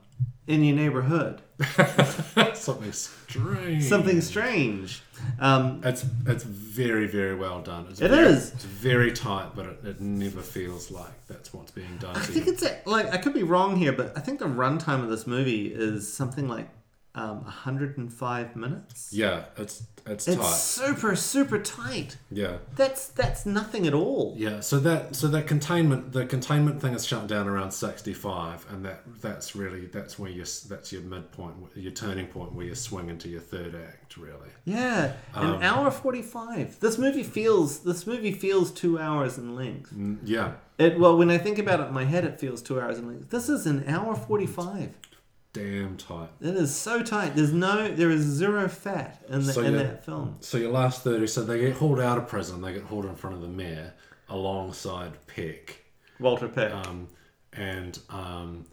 Speaker 3: in your neighborhood.
Speaker 2: something strange.
Speaker 3: Something strange. Um,
Speaker 2: It's it's very very well done. It's
Speaker 3: It
Speaker 2: very,
Speaker 3: is.
Speaker 2: It's very tight, but it, it never feels like that's what's being done.
Speaker 3: I
Speaker 2: to
Speaker 3: think
Speaker 2: you.
Speaker 3: it's a, like I could be wrong here, but I think the runtime of this movie is something like um, 105 minutes.
Speaker 2: yeah, it's it's,
Speaker 3: It's
Speaker 2: tight.
Speaker 3: super super tight.
Speaker 2: Yeah,
Speaker 3: That's that's nothing at all.
Speaker 2: yeah. So that so that containment the containment thing is shut down around sixty five, and that that's really that's where you s- that's your midpoint, your turning point where you swing into your third act. Really,
Speaker 3: Yeah,
Speaker 2: Um,
Speaker 3: an hour 45. This movie feels this movie feels 2 hours in length.
Speaker 2: Mm, yeah,
Speaker 3: It well, when I think about it in my head, it feels two hours. I'm like, this is an hour forty-five.
Speaker 2: damn tight.
Speaker 3: That is so tight. There's no, there is zero fat in, the,
Speaker 2: So
Speaker 3: in
Speaker 2: yeah.
Speaker 3: that film.
Speaker 2: So your last thirty, so they get hauled out of prison, they get hauled in front of the mayor alongside Peck.
Speaker 3: Walter Peck.
Speaker 2: Um, and um,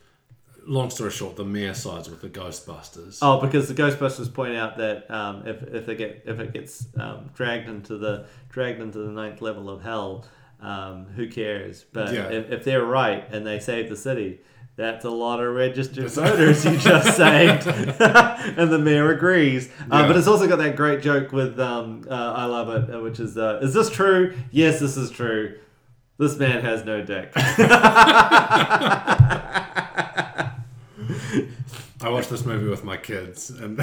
Speaker 2: long story short, the mayor sides with the Ghostbusters.
Speaker 3: oh, because the Ghostbusters point out that um, if if they get if it gets um, dragged into the dragged into the ninth level of hell, um, who cares? But
Speaker 2: Yeah.
Speaker 3: if, if they're right and they save the city. That's a lot of registered voters you just saved, and the mayor agrees. Uh,
Speaker 2: Yeah.
Speaker 3: but it's also got that great joke with um, uh, "I love it," uh, which is, uh, "Is this true? Yes, this is true. This man has no dick."
Speaker 2: I watched this movie with my kids, and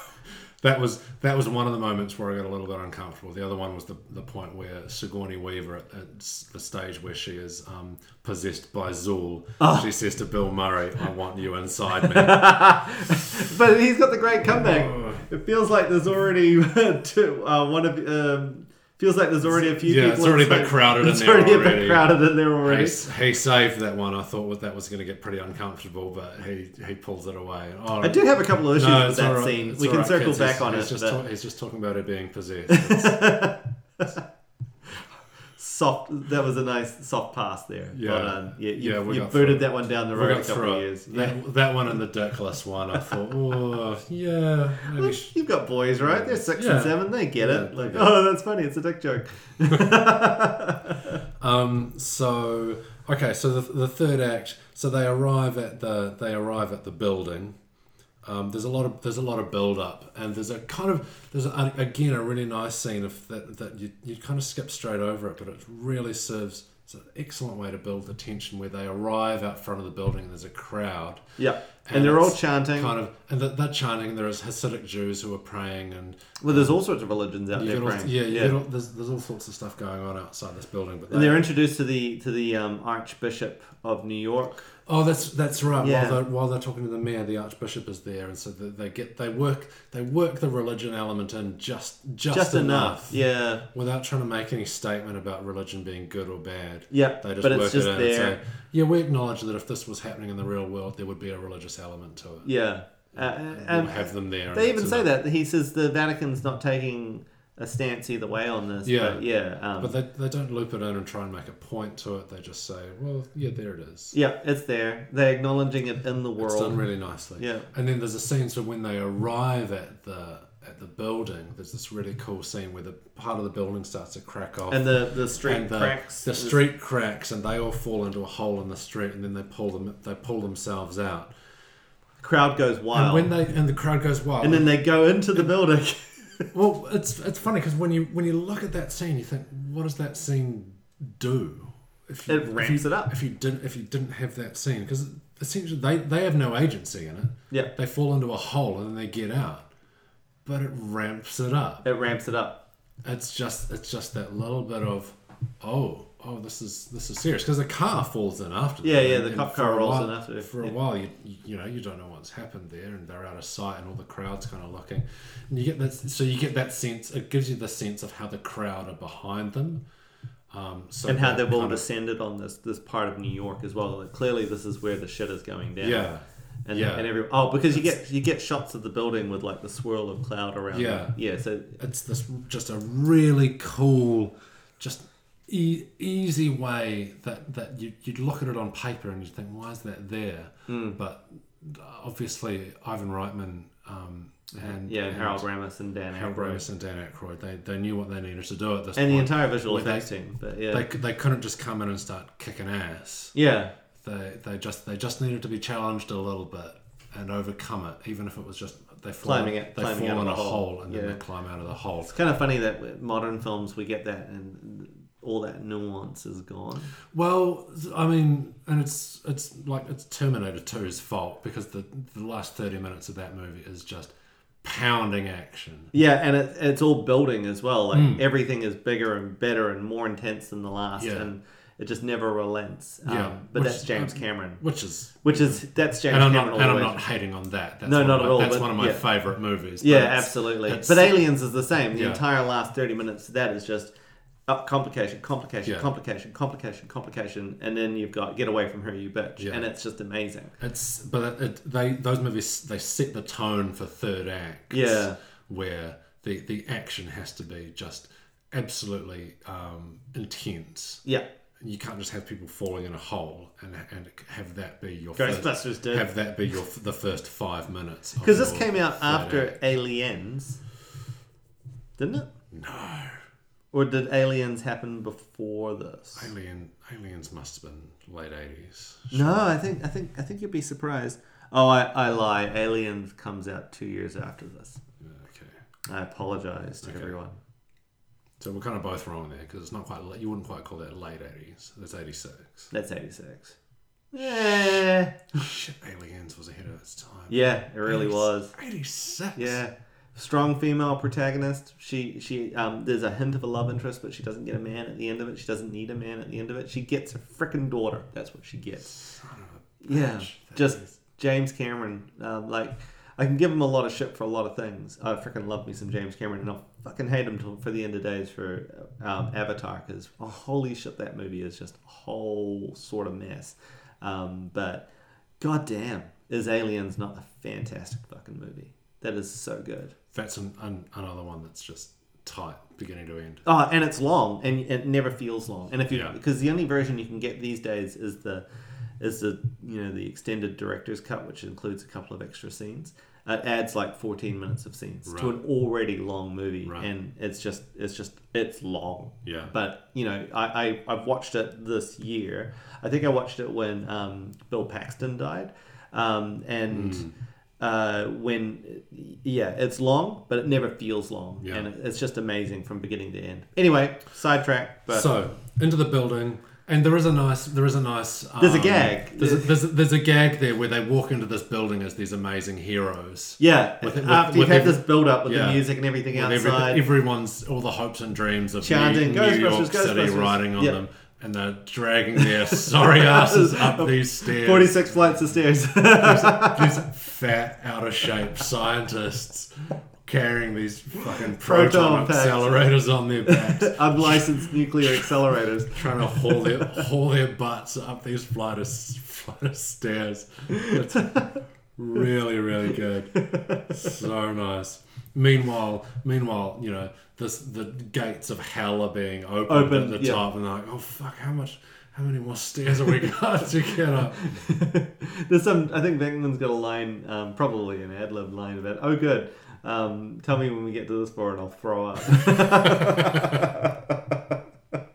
Speaker 2: that was that was one of the moments where I got a little bit uncomfortable. The other one was the, the point where Sigourney Weaver, at, at s- the stage where she is um, possessed by Zool,
Speaker 3: Ah.
Speaker 2: she says to Bill Murray, "I want you inside me."
Speaker 3: But he's got the great comeback.
Speaker 2: Oh.
Speaker 3: It feels like there's already two, uh, one of um, feels like there's already a few
Speaker 2: Yeah,
Speaker 3: people.
Speaker 2: it's already a bit
Speaker 3: like-
Speaker 2: crowded in
Speaker 3: it's
Speaker 2: there
Speaker 3: already a bit
Speaker 2: already.
Speaker 3: crowded in there
Speaker 2: he,
Speaker 3: already.
Speaker 2: s- he saved that one. I thought what that was going to get pretty uncomfortable, but he he pulls it away. Oh,
Speaker 3: I do have a couple of issues
Speaker 2: No,
Speaker 3: with
Speaker 2: it's
Speaker 3: that
Speaker 2: all right.
Speaker 3: scene.
Speaker 2: It's
Speaker 3: we
Speaker 2: all
Speaker 3: can
Speaker 2: right,
Speaker 3: circle
Speaker 2: kids.
Speaker 3: back
Speaker 2: He's-
Speaker 3: on
Speaker 2: he's
Speaker 3: it.
Speaker 2: Just
Speaker 3: but
Speaker 2: talk- he's just talking about her being possessed.
Speaker 3: soft. That was a nice soft pass there.
Speaker 2: Yeah.
Speaker 3: Well done. Yeah, you,
Speaker 2: Yeah, we
Speaker 3: you
Speaker 2: got
Speaker 3: booted
Speaker 2: through it.
Speaker 3: that one down the
Speaker 2: we
Speaker 3: road a
Speaker 2: got
Speaker 3: couple
Speaker 2: through
Speaker 3: of
Speaker 2: it.
Speaker 3: years. Yeah.
Speaker 2: That, that one and the dickless one, I thought, oh, yeah. Maybe sh-
Speaker 3: You've got boys, right? They're six and
Speaker 2: Yeah.
Speaker 3: seven. They get it.
Speaker 2: Yeah,
Speaker 3: Like,
Speaker 2: yeah.
Speaker 3: oh, that's funny. It's a dick joke.
Speaker 2: um, so, okay, so the, the third act, so they arrive at the, they arrive at the building. Um, there's a lot of there's a lot of build up and there's a kind of there's a, again a really nice scene of that that you, you kind of skip straight over it but it really serves it's an excellent way to build the tension where they arrive out front of the building and there's a crowd
Speaker 3: Yeah. And,
Speaker 2: And
Speaker 3: they're all
Speaker 2: it's
Speaker 3: chanting.
Speaker 2: kind of and that, that chanting there is Hasidic Jews who are praying and
Speaker 3: well, there's all sorts of religions out
Speaker 2: you
Speaker 3: there.
Speaker 2: get all,
Speaker 3: praying.
Speaker 2: yeah, you Get all, there's, there's all sorts of stuff going on outside this building but
Speaker 3: And
Speaker 2: they-
Speaker 3: they're introduced to the to the um, Archbishop of New York.
Speaker 2: oh that's that's right
Speaker 3: Yeah.
Speaker 2: while, they're, while they're talking to the mayor the archbishop is there and so they, they get they work they work the religion element in just just,
Speaker 3: Just
Speaker 2: enough,
Speaker 3: enough. Yeah.
Speaker 2: without trying to make any statement about religion being good or bad
Speaker 3: Yeah.
Speaker 2: they just
Speaker 3: but
Speaker 2: work
Speaker 3: it's just
Speaker 2: it in
Speaker 3: there.
Speaker 2: and say yeah we acknowledge that if this was happening in the real world there would be a religious element to it
Speaker 3: yeah. Uh,
Speaker 2: we'll
Speaker 3: and
Speaker 2: have them there and
Speaker 3: they
Speaker 2: that's
Speaker 3: even say
Speaker 2: enough.
Speaker 3: that. He says the Vatican's not taking a stance either way on this.
Speaker 2: Yeah.
Speaker 3: But yeah. Um,
Speaker 2: But they, they don't loop it in and try and make a point to it. They just say, well, yeah, there it is.
Speaker 3: yeah, it's there. They're acknowledging it in the
Speaker 2: It's done
Speaker 3: world.
Speaker 2: really nicely.
Speaker 3: Yeah.
Speaker 2: And then there's a scene so when they arrive at the at the building, there's this really cool scene where the part of the building starts to crack off.
Speaker 3: And the, the street
Speaker 2: and the,
Speaker 3: cracks.
Speaker 2: the
Speaker 3: is-
Speaker 2: street cracks, and they all fall into a hole in the street, and then they pull them, they pull themselves out.
Speaker 3: crowd goes wild.
Speaker 2: And when they and the crowd goes wild,
Speaker 3: and then they go into the building.
Speaker 2: Well, it's it's funny because when you when you look at that scene, you think, what does that scene do? If
Speaker 3: It ramps
Speaker 2: if you,
Speaker 3: it up.
Speaker 2: If you didn't if you didn't have that scene, because essentially they they have no agency in it.
Speaker 3: yeah,
Speaker 2: They fall into a hole and then they get out, but it ramps it up.
Speaker 3: it ramps it up.
Speaker 2: It's just it's just that little bit of oh oh this is this is serious because the car falls in after.
Speaker 3: Yeah,
Speaker 2: that,
Speaker 3: yeah,
Speaker 2: and-
Speaker 3: the
Speaker 2: and
Speaker 3: cop
Speaker 2: for
Speaker 3: car
Speaker 2: a
Speaker 3: rolls
Speaker 2: while-
Speaker 3: in after,
Speaker 2: For a
Speaker 3: yeah.
Speaker 2: while, you you know you don't know what's happened there, and they're out of sight, and all the crowd's kind of looking. And you get that, so you get that sense. It gives you the sense of how the crowd are behind them. Um, so
Speaker 3: And how they've all
Speaker 2: kind of-
Speaker 3: descended on this this part of New York as well. Like, clearly, this is where the shit is going down.
Speaker 2: yeah,
Speaker 3: and
Speaker 2: yeah.
Speaker 3: and every oh because you get you get shots of the building with like the swirl of cloud around.
Speaker 2: Yeah.
Speaker 3: it. yeah. So
Speaker 2: it's this just a really cool, just e- easy way that that you, you'd look at it on paper and you think, why is that there?
Speaker 3: Hmm.
Speaker 2: But obviously, Ivan Reitman um, and
Speaker 3: yeah, and
Speaker 2: and
Speaker 3: Harold Ramis and Dan
Speaker 2: Harold
Speaker 3: Aykroyd.
Speaker 2: Ramis and Dan Aykroyd, they they knew what they needed to do at this
Speaker 3: and the
Speaker 2: point.
Speaker 3: entire visual
Speaker 2: Well, they-
Speaker 3: effects team. But yeah,
Speaker 2: they, they couldn't just come in and start kicking ass.
Speaker 3: yeah,
Speaker 2: They, they just they just needed to be challenged a little bit and overcome it, even if it was just they fall,
Speaker 3: Climbing it-
Speaker 2: they
Speaker 3: climbing
Speaker 2: fall
Speaker 3: out of
Speaker 2: in
Speaker 3: the
Speaker 2: a
Speaker 3: hole.
Speaker 2: hole and then
Speaker 3: Yeah.
Speaker 2: they climb out of the hole.
Speaker 3: it's kind of funny that with modern films we get that and all that nuance is gone.
Speaker 2: Well, I mean, and it's it's like it's Terminator 2's fault because the the last thirty minutes of that movie is just pounding action.
Speaker 3: Yeah, and it, it's all building as well. Like
Speaker 2: Mm.
Speaker 3: everything is bigger and better and more intense than the last,
Speaker 2: Yeah.
Speaker 3: and it just never relents. Um,
Speaker 2: Yeah,
Speaker 3: but
Speaker 2: which-
Speaker 3: that's James Cameron,
Speaker 2: Which is,
Speaker 3: which is that's James
Speaker 2: and I'm
Speaker 3: Cameron
Speaker 2: not
Speaker 3: all
Speaker 2: and
Speaker 3: the
Speaker 2: I'm
Speaker 3: way.
Speaker 2: not hating on that. That's
Speaker 3: No,
Speaker 2: one
Speaker 3: not
Speaker 2: of my,
Speaker 3: at all,
Speaker 2: That's
Speaker 3: but
Speaker 2: one of my
Speaker 3: yeah.
Speaker 2: favorite movies. but
Speaker 3: Yeah,
Speaker 2: it's-
Speaker 3: absolutely.
Speaker 2: it's-
Speaker 3: But Aliens is the same. The
Speaker 2: Yeah.
Speaker 3: entire last thirty minutes of that is just up complication, complication,
Speaker 2: Yeah.
Speaker 3: complication, complication, complication, and then you've got get away from her, you bitch,
Speaker 2: Yeah.
Speaker 3: and it's just amazing.
Speaker 2: It's but it, it, they those movies they set the tone for third acts.
Speaker 3: Yeah.
Speaker 2: where the the action has to be just absolutely um, intense.
Speaker 3: Yeah,
Speaker 2: You can't just have people falling in a hole and and have that be your first,
Speaker 3: Ghostbusters did.
Speaker 2: have that be your the first five minutes of
Speaker 3: Because this
Speaker 2: your
Speaker 3: came out
Speaker 2: third
Speaker 3: after
Speaker 2: act.
Speaker 3: Aliens, didn't it? No. Or did Aliens happen before this?
Speaker 2: Alien Aliens must have been late eighties.
Speaker 3: No, I think I think I think you'd be surprised. Oh, I, I lie. Aliens comes out two years after this.
Speaker 2: Okay,
Speaker 3: I apologize to everyone.
Speaker 2: so we're kind of both wrong there because it's not quite late- you wouldn't quite call that late eighties. That's eighty six.
Speaker 3: That's eighty six. Yeah,
Speaker 2: Shit, Aliens was ahead of its time.
Speaker 3: yeah, it really was.
Speaker 2: 86.
Speaker 3: Yeah, strong female protagonist. She she um. There's a hint of a love interest, but she doesn't get a man at the end of it. She doesn't need a man at the end of it. She gets a frickin' daughter. That's what she gets.
Speaker 2: Son of a
Speaker 3: Yeah,
Speaker 2: bitch. That
Speaker 3: just
Speaker 2: is-
Speaker 3: James Cameron. Um, like I can give him a lot of shit for a lot of things. I frickin' love me some James Cameron, and I'll fucking hate him till, for the end of days for um, Avatar because oh, holy shit, that movie is just a whole sort of mess. Um, but goddamn, is Aliens not a fantastic fucking movie? That is so good.
Speaker 2: that's an, an, another one that's just tight beginning to end.
Speaker 3: Oh, and it's long, and it never feels long. And if you
Speaker 2: Yeah.
Speaker 3: because the only version you can get these days is the is the you know the extended director's cut, which includes a couple of extra scenes. It adds like fourteen minutes of scenes to
Speaker 2: Right.
Speaker 3: an already long movie,
Speaker 2: Right.
Speaker 3: and it's just it's just it's long.
Speaker 2: Yeah.
Speaker 3: But you know, I, I I've watched it this year. I think I watched it when um, Bill Paxton died, um, and.
Speaker 2: Hmm.
Speaker 3: Uh, when yeah, it's long, but it never feels long,
Speaker 2: Yeah.
Speaker 3: and it's just amazing from beginning to end. Anyway, sidetrack, but
Speaker 2: so, into the building. And there is a nice, there is a nice. Um,
Speaker 3: There's a gag.
Speaker 2: There's a, there's, a, there's a gag there where they walk into this building as these amazing heroes.
Speaker 3: yeah,
Speaker 2: With- with-
Speaker 3: after you've
Speaker 2: with
Speaker 3: had
Speaker 2: every-
Speaker 3: this build up with the
Speaker 2: yeah.
Speaker 3: music and everything
Speaker 2: With every-
Speaker 3: outside,
Speaker 2: everyone's all the hopes and dreams of
Speaker 3: Chanting,
Speaker 2: New, New York
Speaker 3: "Ghostbusters,
Speaker 2: City
Speaker 3: Ghostbusters."
Speaker 2: riding on
Speaker 3: Yeah.
Speaker 2: them, and they're dragging their sorry asses up these stairs.
Speaker 3: forty six flights of stairs.
Speaker 2: these fat, out of shape scientists carrying these fucking
Speaker 3: Proton
Speaker 2: proton,
Speaker 3: packs.
Speaker 2: accelerators on their backs,
Speaker 3: Unlicensed nuclear accelerators.
Speaker 2: trying to haul their haul their butts up these flight of flight of stairs. It's really, really good. So nice. Meanwhile, meanwhile, you know, this the gates of hell are being opened
Speaker 3: Open,
Speaker 2: at the
Speaker 3: yeah.
Speaker 2: top, and they're like, oh fuck, how much, how many more stairs are we got to get up?
Speaker 3: There's some. I think Venkman's got a line, um, probably an ad lib line about. Oh, good. Um, tell me when we get to this far, and I'll throw up.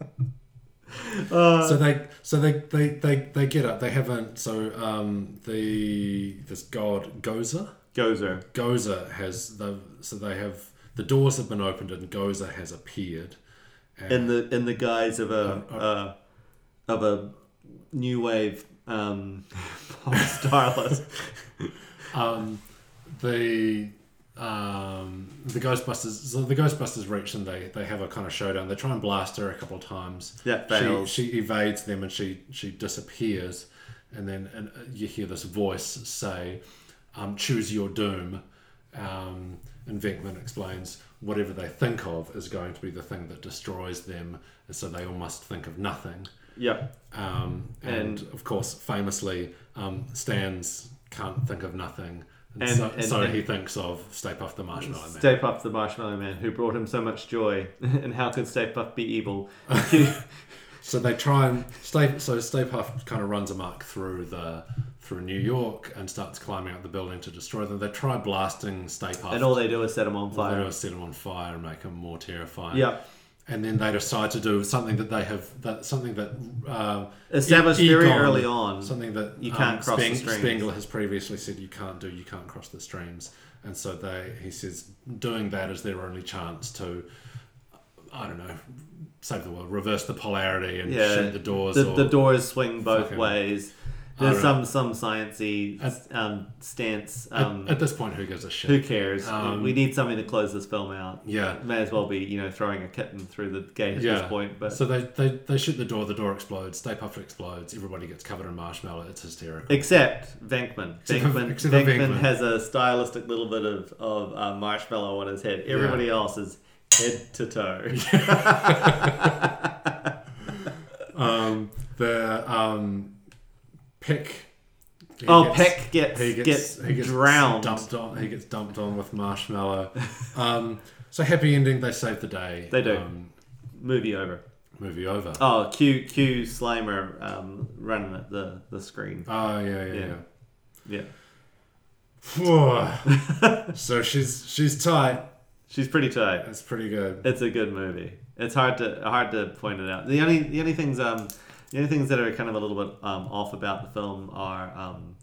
Speaker 3: Uh,
Speaker 2: so they so they, they they they get up they haven't so um the this god goza
Speaker 3: Gozer.
Speaker 2: goza has the so they have the doors have been opened and goza has appeared and
Speaker 3: in the in the guise of a uh, of a new wave um, pop stylist.
Speaker 2: um the um the ghostbusters so the ghostbusters reach and they they have a kind of showdown they try and blast her a couple of times
Speaker 3: Yeah, fails.
Speaker 2: she, she evades them and she she disappears and then and uh, you hear this voice say um, choose your doom um, and Venkman explains whatever they think of is going to be the thing that destroys them and so they all must think of nothing
Speaker 3: yeah,
Speaker 2: um, and, of course famously um, Stans can't think of nothing and,
Speaker 3: And-
Speaker 2: so,
Speaker 3: and-
Speaker 2: so
Speaker 3: and-
Speaker 2: he thinks of Stay Puft the Marshmallow Man
Speaker 3: Stay Puft the Marshmallow Man, who brought him so much joy, and how could Stay Puft be evil? yeah,
Speaker 2: So they try and stay. So Stay Puft kind of runs amok through the through New York and starts climbing up the building to destroy them. They try blasting Stay Puft.
Speaker 3: and all they do is set him on
Speaker 2: All they do
Speaker 3: fire.
Speaker 2: is set him on fire and make him more terrifying.
Speaker 3: Yeah,
Speaker 2: And then they decide to do something that they have that something that uh,
Speaker 3: established
Speaker 2: E-
Speaker 3: very
Speaker 2: Egon-
Speaker 3: early on.
Speaker 2: Something that um,
Speaker 3: You can't cross the streams.
Speaker 2: Spengler has previously said you can't do. You can't cross the streams. And so they, he says, doing that is their only chance to, I don't know, save the world, reverse the polarity and
Speaker 3: Yeah,
Speaker 2: shoot the doors.
Speaker 3: The,
Speaker 2: or,
Speaker 3: the doors swing both
Speaker 2: Fucking-
Speaker 3: ways.
Speaker 2: I
Speaker 3: There's
Speaker 2: don't
Speaker 3: some some sciencey um, stance.
Speaker 2: At-
Speaker 3: Um,
Speaker 2: at, this point, who gives a shit?
Speaker 3: who cares?
Speaker 2: um,
Speaker 3: we need something to close this film out.
Speaker 2: yeah.
Speaker 3: May as well be, you know, throwing a kitten through the gate at
Speaker 2: Yeah.
Speaker 3: this point. But
Speaker 2: So they, they, they shoot the door, the door explodes, Stay Puft explodes, everybody gets covered in marshmallow, it's hysterical.
Speaker 3: except Venkman.
Speaker 2: Except for-
Speaker 3: Venkman,
Speaker 2: except for
Speaker 3: Venkman,
Speaker 2: Venkman.
Speaker 3: has a stylistic little bit of, of uh, marshmallow on his head. Everybody else is head to toe.
Speaker 2: Um, the um, Pick. he
Speaker 3: oh,
Speaker 2: gets-
Speaker 3: Peck gets,
Speaker 2: he
Speaker 3: gets,
Speaker 2: he gets
Speaker 3: drowned.
Speaker 2: Dumped on, he gets dumped on with marshmallow. Um, so happy ending. They save the day.
Speaker 3: They do.
Speaker 2: Um,
Speaker 3: Movie over.
Speaker 2: movie over. Oh,
Speaker 3: Oh, Q Q Slimer um, running at the, the screen.
Speaker 2: Oh, yeah, yeah, yeah.
Speaker 3: Yeah. Yeah.
Speaker 2: Phew. so she's she's tight.
Speaker 3: She's pretty tight.
Speaker 2: That's pretty good.
Speaker 3: It's a good movie. It's hard to hard to point it out. The only the only things um the only things that are kind of a little bit um, off about the film are um,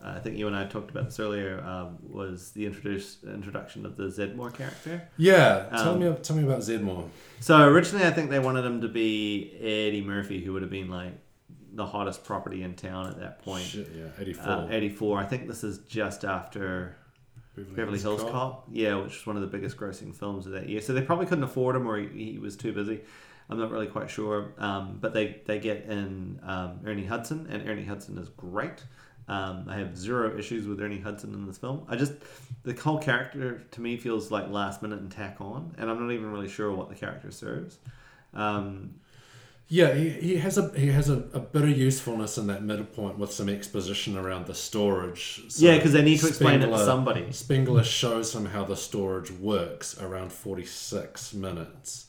Speaker 3: I think you and I talked about this earlier um, was the introduce introduction of the Zedmore character.
Speaker 2: Yeah. Tell
Speaker 3: Um,
Speaker 2: me tell me about Zedmore.
Speaker 3: So originally I think they wanted him to be Eddie Murphy, who would have been like the hottest property in town at that point.
Speaker 2: Shit, yeah, eighty four.
Speaker 3: Uh, 84. I think this is just after Beverly Hills Cop. yeah, which was one of the biggest grossing films of that year. So they probably couldn't afford him, or he, he was too busy. I'm not really quite sure, um, but they they get in um, Ernie Hudson, and Ernie Hudson is great. Um, I have zero issues with Ernie Hudson in this film. I just the whole character to me feels like last minute and tack on, and I'm not even really sure what the character serves. Um,
Speaker 2: Yeah, he, he has a he has a, a bit of usefulness in that middle point with some exposition around the storage. So
Speaker 3: Yeah, 'cause they need to explain it to somebody.
Speaker 2: Spengler shows him how the storage works around forty six minutes,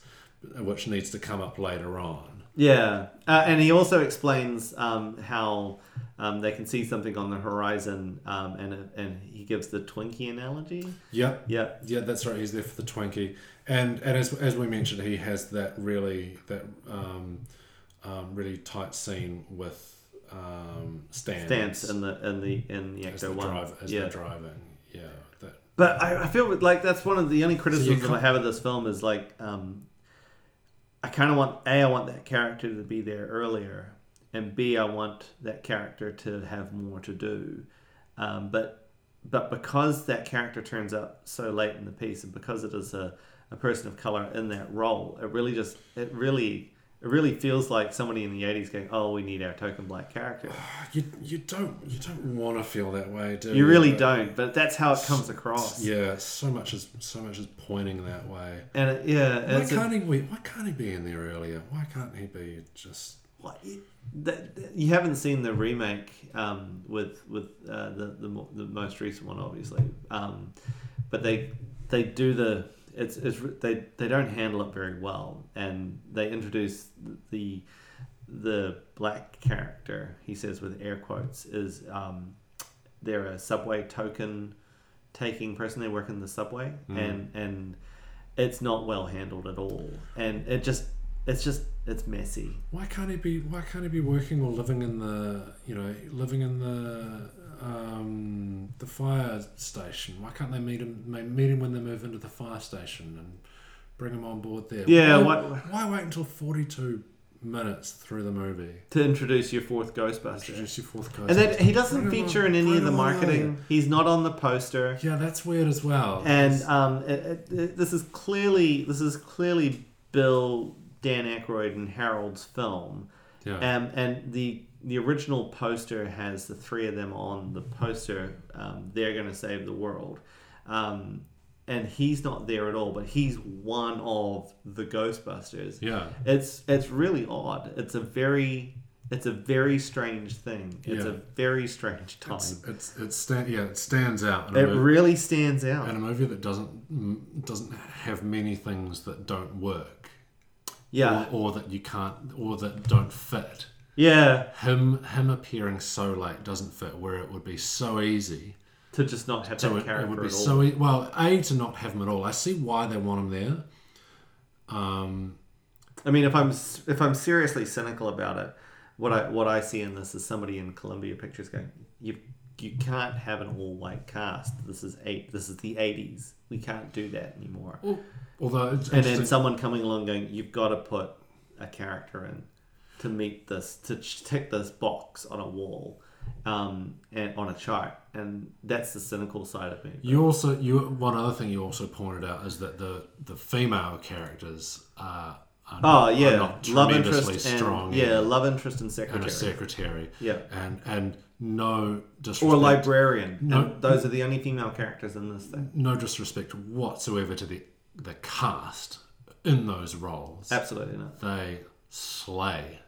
Speaker 2: which needs to come up later on.
Speaker 3: Yeah, uh, and he also explains um, how um, they can see something on the horizon, um, and and he gives the Twinkie analogy.
Speaker 2: Yep.
Speaker 3: Yeah,
Speaker 2: Yeah, that's right. He's there for the Twinkie, and and as, as we mentioned, he has that really that um, um, really tight scene with um, Stan.
Speaker 3: stance in the in the in the
Speaker 2: as
Speaker 3: Ecto
Speaker 2: the
Speaker 3: One.
Speaker 2: drive as
Speaker 3: yeah,
Speaker 2: they're driving. Yeah, that
Speaker 3: but I, I feel like that's one of the only criticisms
Speaker 2: can't-
Speaker 3: I have of this film is like um, I kind of want a I want that character to be there earlier, and b I want that character to have more to do, um, but but because that character turns up so late in the piece, and because it is a, a person of color in that role, it really just it really it really feels like somebody in the '80s going, "Oh, we need our token black character."
Speaker 2: you you don't you don't want to feel that way, do
Speaker 3: You really
Speaker 2: But-
Speaker 3: don't, but that's how it comes across.
Speaker 2: Yeah, so much is so much is pointing that way.
Speaker 3: And it, yeah,
Speaker 2: Why
Speaker 3: it's a-
Speaker 2: can't he? Why can't he be in there earlier? Why can't he be just?
Speaker 3: What- that- that- you haven't seen the remake um, with with uh, the, the mo- the most recent one, obviously. Um, but they they do the it's, it's re- they they don't handle it very well, and they introduce the the black character. He says with air quotes is um, they're a subway token taking person they work in the subway and and it's not well handled at all and it just it's just it's messy
Speaker 2: Why can't he be? Why can't he be working or living in the you know living in the um, the fire station? Why can't they meet him? ma- Meet him when they move into the fire station and bring him on board there.
Speaker 3: Yeah,
Speaker 2: Why,
Speaker 3: why-
Speaker 2: why wait until forty two minutes through the movie?
Speaker 3: to introduce your fourth ghostbuster
Speaker 2: Introduce your fourth
Speaker 3: and
Speaker 2: coast.
Speaker 3: then he doesn't
Speaker 2: Bring him
Speaker 3: feature
Speaker 2: on-
Speaker 3: in any
Speaker 2: bring
Speaker 3: of the
Speaker 2: him on
Speaker 3: marketing he's not on the poster
Speaker 2: Yeah, that's weird as well.
Speaker 3: and um, it, it, it- this is clearly this is clearly Bill, Dan Aykroyd, and Harold's film.
Speaker 2: Yeah.
Speaker 3: Um, and the the original poster has the three of them on the poster. Um, they're going to save the world, um, and he's not there at all. But he's one of the Ghostbusters.
Speaker 2: yeah,
Speaker 3: It's it's really odd. It's a very it's a very strange thing. It's
Speaker 2: Yeah.
Speaker 3: a very strange time.
Speaker 2: it's it's, it's stand, yeah it stands out. in a
Speaker 3: it
Speaker 2: movie-
Speaker 3: really stands out.
Speaker 2: in a movie that doesn't mm, doesn't have many things that don't work.
Speaker 3: yeah,
Speaker 2: or, or that you can't or that don't fit
Speaker 3: yeah.
Speaker 2: him him appearing so late doesn't fit where it would be so easy
Speaker 3: to just not have
Speaker 2: so
Speaker 3: that
Speaker 2: it,
Speaker 3: character
Speaker 2: it would be
Speaker 3: at all.
Speaker 2: so e- well a to not have him at all i see why they want him there
Speaker 3: I mean, if I'm s- if I'm seriously cynical about it, what I what I see in this is somebody in Columbia Pictures going, you you can't have an all white cast. This is eight. This is the '80s. We can't do that anymore.
Speaker 2: although it's
Speaker 3: and then
Speaker 2: interesting-
Speaker 3: someone coming along going, you've got to put a character in to meet this to ch- tick this box on a wall, um, and on a chart. And that's the cynical side of me.
Speaker 2: you also you one other thing you also pointed out is that the the female characters are, are
Speaker 3: Oh
Speaker 2: not- are
Speaker 3: yeah,
Speaker 2: not
Speaker 3: love
Speaker 2: tremendously
Speaker 3: interest
Speaker 2: strong
Speaker 3: and yeah,
Speaker 2: either.
Speaker 3: love interest and
Speaker 2: and
Speaker 3: secretary.
Speaker 2: a secretary
Speaker 3: Yeah.
Speaker 2: and and no disrespect
Speaker 3: or librarian.
Speaker 2: No.
Speaker 3: And those are the only female characters in this thing.
Speaker 2: no disrespect whatsoever to the the cast in those roles.
Speaker 3: Absolutely not.
Speaker 2: They slay.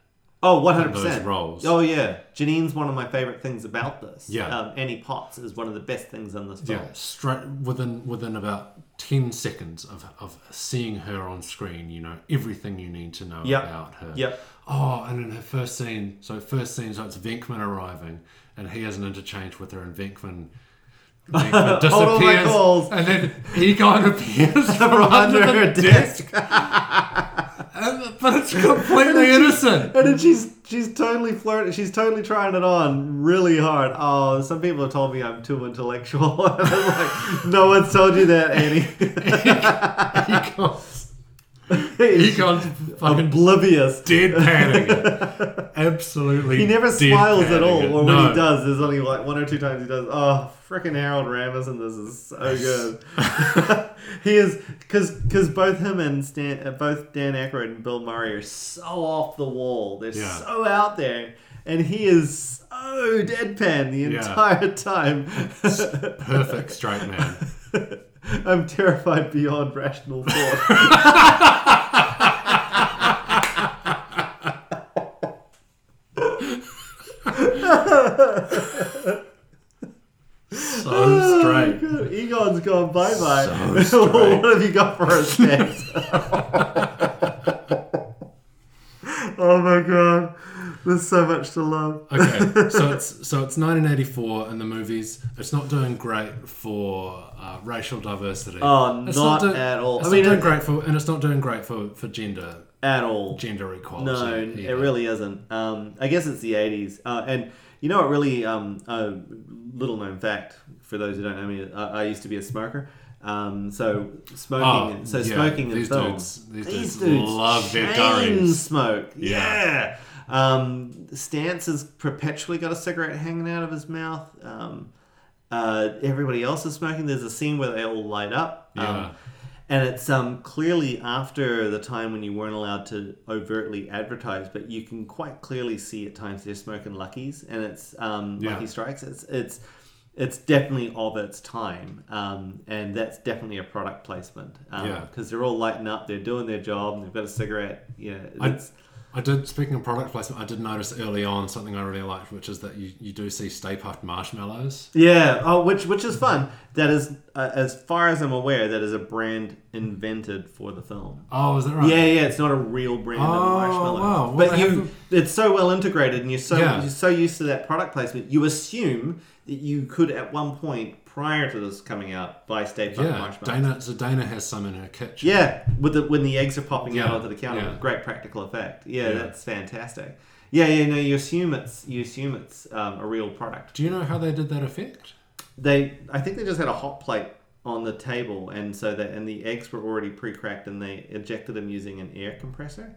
Speaker 3: Oh, 100%.
Speaker 2: Those roles.
Speaker 3: Oh, yeah. Janine's one of my favorite things about this.
Speaker 2: Yeah.
Speaker 3: Um, Annie Potts is one of the best things in this film.
Speaker 2: Yeah, straight within within about ten seconds of, of seeing her on screen, you know everything you need to know
Speaker 3: Yep.
Speaker 2: about her.
Speaker 3: Yep.
Speaker 2: Oh, and in her first scene, so first scene, so it's Venkman arriving, and he has an interchange with her, and Venkman. Venkman
Speaker 3: Hold on, my
Speaker 2: disappears,
Speaker 3: calls.
Speaker 2: and then Egon appears from under her desk, and- but it's completely innocent.
Speaker 3: And then she's she's totally flirting. She's totally trying it on really hard. Oh, some people have told me I'm too intellectual. And I'm like, no one's told you that, Annie.
Speaker 2: Egon's
Speaker 3: He's
Speaker 2: Egon's fucking
Speaker 3: oblivious.
Speaker 2: deadpanning it. Absolutely.
Speaker 3: He never
Speaker 2: deadpanning
Speaker 3: smiles at all,
Speaker 2: it.
Speaker 3: or when
Speaker 2: No.
Speaker 3: he does, there's only like one or two times he does. Oh, freaking Harold Ramis, and this is so good. he is because because both him and Stan, uh, both Dan Aykroyd and Bill Murray are so off the wall. They're
Speaker 2: Yeah.
Speaker 3: so out there, and he is so deadpan the
Speaker 2: Yeah.
Speaker 3: entire time.
Speaker 2: Perfect straight man.
Speaker 3: I'm terrified beyond rational thought.
Speaker 2: So straight.
Speaker 3: Good. Egon's gone bye bye.
Speaker 2: So straight.
Speaker 3: what have you got for us next? oh my god. There's so much to love.
Speaker 2: Okay, so it's so it's 1984, and the movies it's not doing great for uh, racial diversity.
Speaker 3: Oh,
Speaker 2: it's
Speaker 3: not at all.
Speaker 2: It's
Speaker 3: I
Speaker 2: not
Speaker 3: mean,
Speaker 2: doing
Speaker 3: it-
Speaker 2: great for, and it's not doing great for for gender
Speaker 3: At all.
Speaker 2: gender equality.
Speaker 3: No, it
Speaker 2: either.
Speaker 3: really isn't. Um, I guess it's the 80s. Uh, and you know what really, um, a little known fact for those who don't know me, I, I used to be a smoker. Um, so smoking,
Speaker 2: Oh,
Speaker 3: so
Speaker 2: yeah,
Speaker 3: smoking in
Speaker 2: these
Speaker 3: films.
Speaker 2: dudes- these dudes love their
Speaker 3: chain
Speaker 2: durries.
Speaker 3: smoke. Yeah.
Speaker 2: Yeah.
Speaker 3: Um, Stance has perpetually got a cigarette hanging out of his mouth. Um, uh, everybody else is smoking. There's a scene where they all light up. Um,
Speaker 2: Yeah.
Speaker 3: and it's um, clearly after the time when you weren't allowed to overtly advertise, but you can quite clearly see at times they're smoking Luckies and it's um,
Speaker 2: Yeah.
Speaker 3: Lucky Strikes. It's it's it's definitely of its time, um, and that's definitely a product placement because
Speaker 2: Yeah.
Speaker 3: they're all lighting up, they're doing their job, and they've got a cigarette. Yeah,
Speaker 2: I-
Speaker 3: it's,
Speaker 2: I did. Speaking of product placement, I did notice early on something I really liked, which is that you, you do see Stay Puft marshmallows.
Speaker 3: yeah. Oh, which which is fun. That is, uh, as far as I'm aware, that is a brand invented for the film.
Speaker 2: Oh, is that right?
Speaker 3: Yeah, yeah, it's not a real brand of
Speaker 2: Oh,
Speaker 3: marshmallow.
Speaker 2: wow. Well,
Speaker 3: But
Speaker 2: they
Speaker 3: you,
Speaker 2: haven't-
Speaker 3: it's so well integrated, and you're so
Speaker 2: Yeah.
Speaker 3: you're so used to that product placement, you assume that you could at one point prior to this coming out by State Farm
Speaker 2: Yeah,
Speaker 3: Marsh Madness.
Speaker 2: Dana. So Dana has some in her kitchen.
Speaker 3: Yeah, with the when the eggs are popping out
Speaker 2: Yeah,
Speaker 3: onto the counter,
Speaker 2: yeah.
Speaker 3: great practical effect. Yeah,
Speaker 2: Yeah.
Speaker 3: that's fantastic. Yeah, yeah, no, you assume it's you assume it's um, a real product.
Speaker 2: Do you know how they did that effect?
Speaker 3: They, I think they just had a hot plate on the table, and so that and the eggs were already pre-cracked, and they ejected them using an air compressor.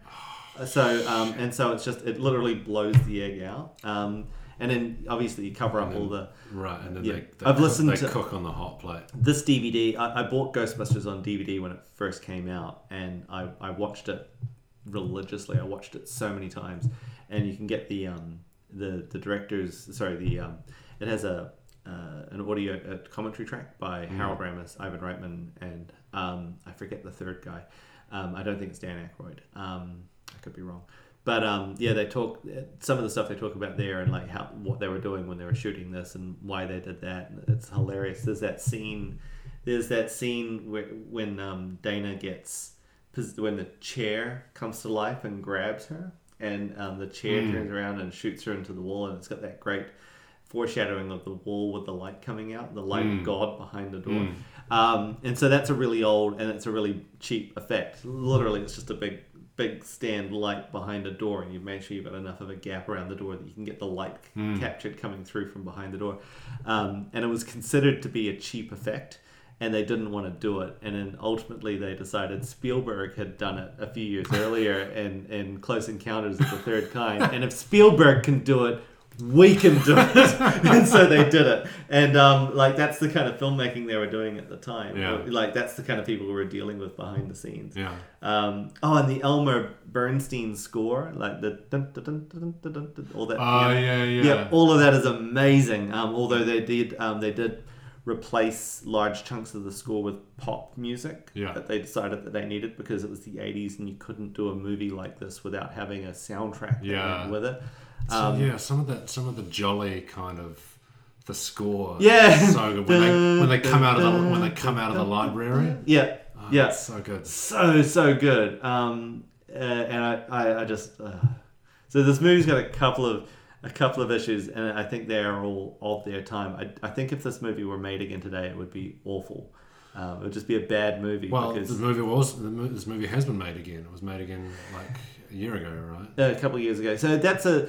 Speaker 3: So um, and so it's just it literally blows the egg out, um, and then obviously you cover up all the
Speaker 2: Right, and then
Speaker 3: Yeah.
Speaker 2: they, they,
Speaker 3: I've
Speaker 2: cook-
Speaker 3: listened
Speaker 2: they
Speaker 3: to-
Speaker 2: cook on the hot plate.
Speaker 3: this DVD, I, I bought Ghostbusters on DVD when it first came out, and I, I watched it religiously. I watched it so many times, and you can get the um the the director's sorry the um it has a uh, an audio a commentary track by Harold Ramis, Ivan Reitman, and um I forget the third guy. Um, I don't think it's Dan Aykroyd. Um, I could be wrong. But um, yeah, they talk some of the stuff they talk about there and like how what they were doing when they were shooting this and why they did that. It's hilarious. There's that scene. There's that scene where, when um, Dana gets pos- when the chair comes to life and grabs her, and um, the chair turns around and shoots her into the wall, and it's got that great foreshadowing of the wall with the light coming out, the light of God behind the door. Um, and so that's a really old and it's a really cheap effect. Literally, it's just a big, big stand light behind a door, and you make sure you've got enough of a gap around the door that you can get the light captured coming through from behind the door. Um, and it was considered to be a cheap effect. And they didn't want to do it, and then ultimately they decided Spielberg had done it a few years earlier, in, in Close Encounters of the Third Kind. And if Spielberg can do it, we can do it. and so they did it. And um, like that's the kind of filmmaking they were doing at the time.
Speaker 2: Yeah.
Speaker 3: Like that's the kind of people we were dealing with behind the scenes.
Speaker 2: Yeah.
Speaker 3: Um, oh, and the Elmer Bernstein score, like the dun, dun, dun, dun, dun, dun, dun, all that.
Speaker 2: Oh
Speaker 3: piano.
Speaker 2: yeah, yeah.
Speaker 3: Yeah, all of that is amazing. Um, although they did, um, they did replace large chunks of the score with pop music
Speaker 2: Yeah.
Speaker 3: that they decided that they needed because it was the 80s and you couldn't do a movie like this without having a soundtrack that
Speaker 2: Yeah.
Speaker 3: went with it. Um,
Speaker 2: So, yeah, some of that, some of the jolly kind of the score.
Speaker 3: Yeah.
Speaker 2: is so good when they when they come out of the
Speaker 3: Dun,
Speaker 2: when they come out of the library.
Speaker 3: Yeah,
Speaker 2: Oh,
Speaker 3: yeah,
Speaker 2: it's so good.
Speaker 3: so so good. Um, uh, and I, I, I just uh, so this movie's got a couple of a couple of issues, and I think they are all of their time. I, I think if this movie were made again today, it would be awful. Um, it would just be a bad movie
Speaker 2: Well,
Speaker 3: because
Speaker 2: the movie was the, mo- this movie has been made again. It was made again like a year ago, right?
Speaker 3: a couple of years ago. So that's a.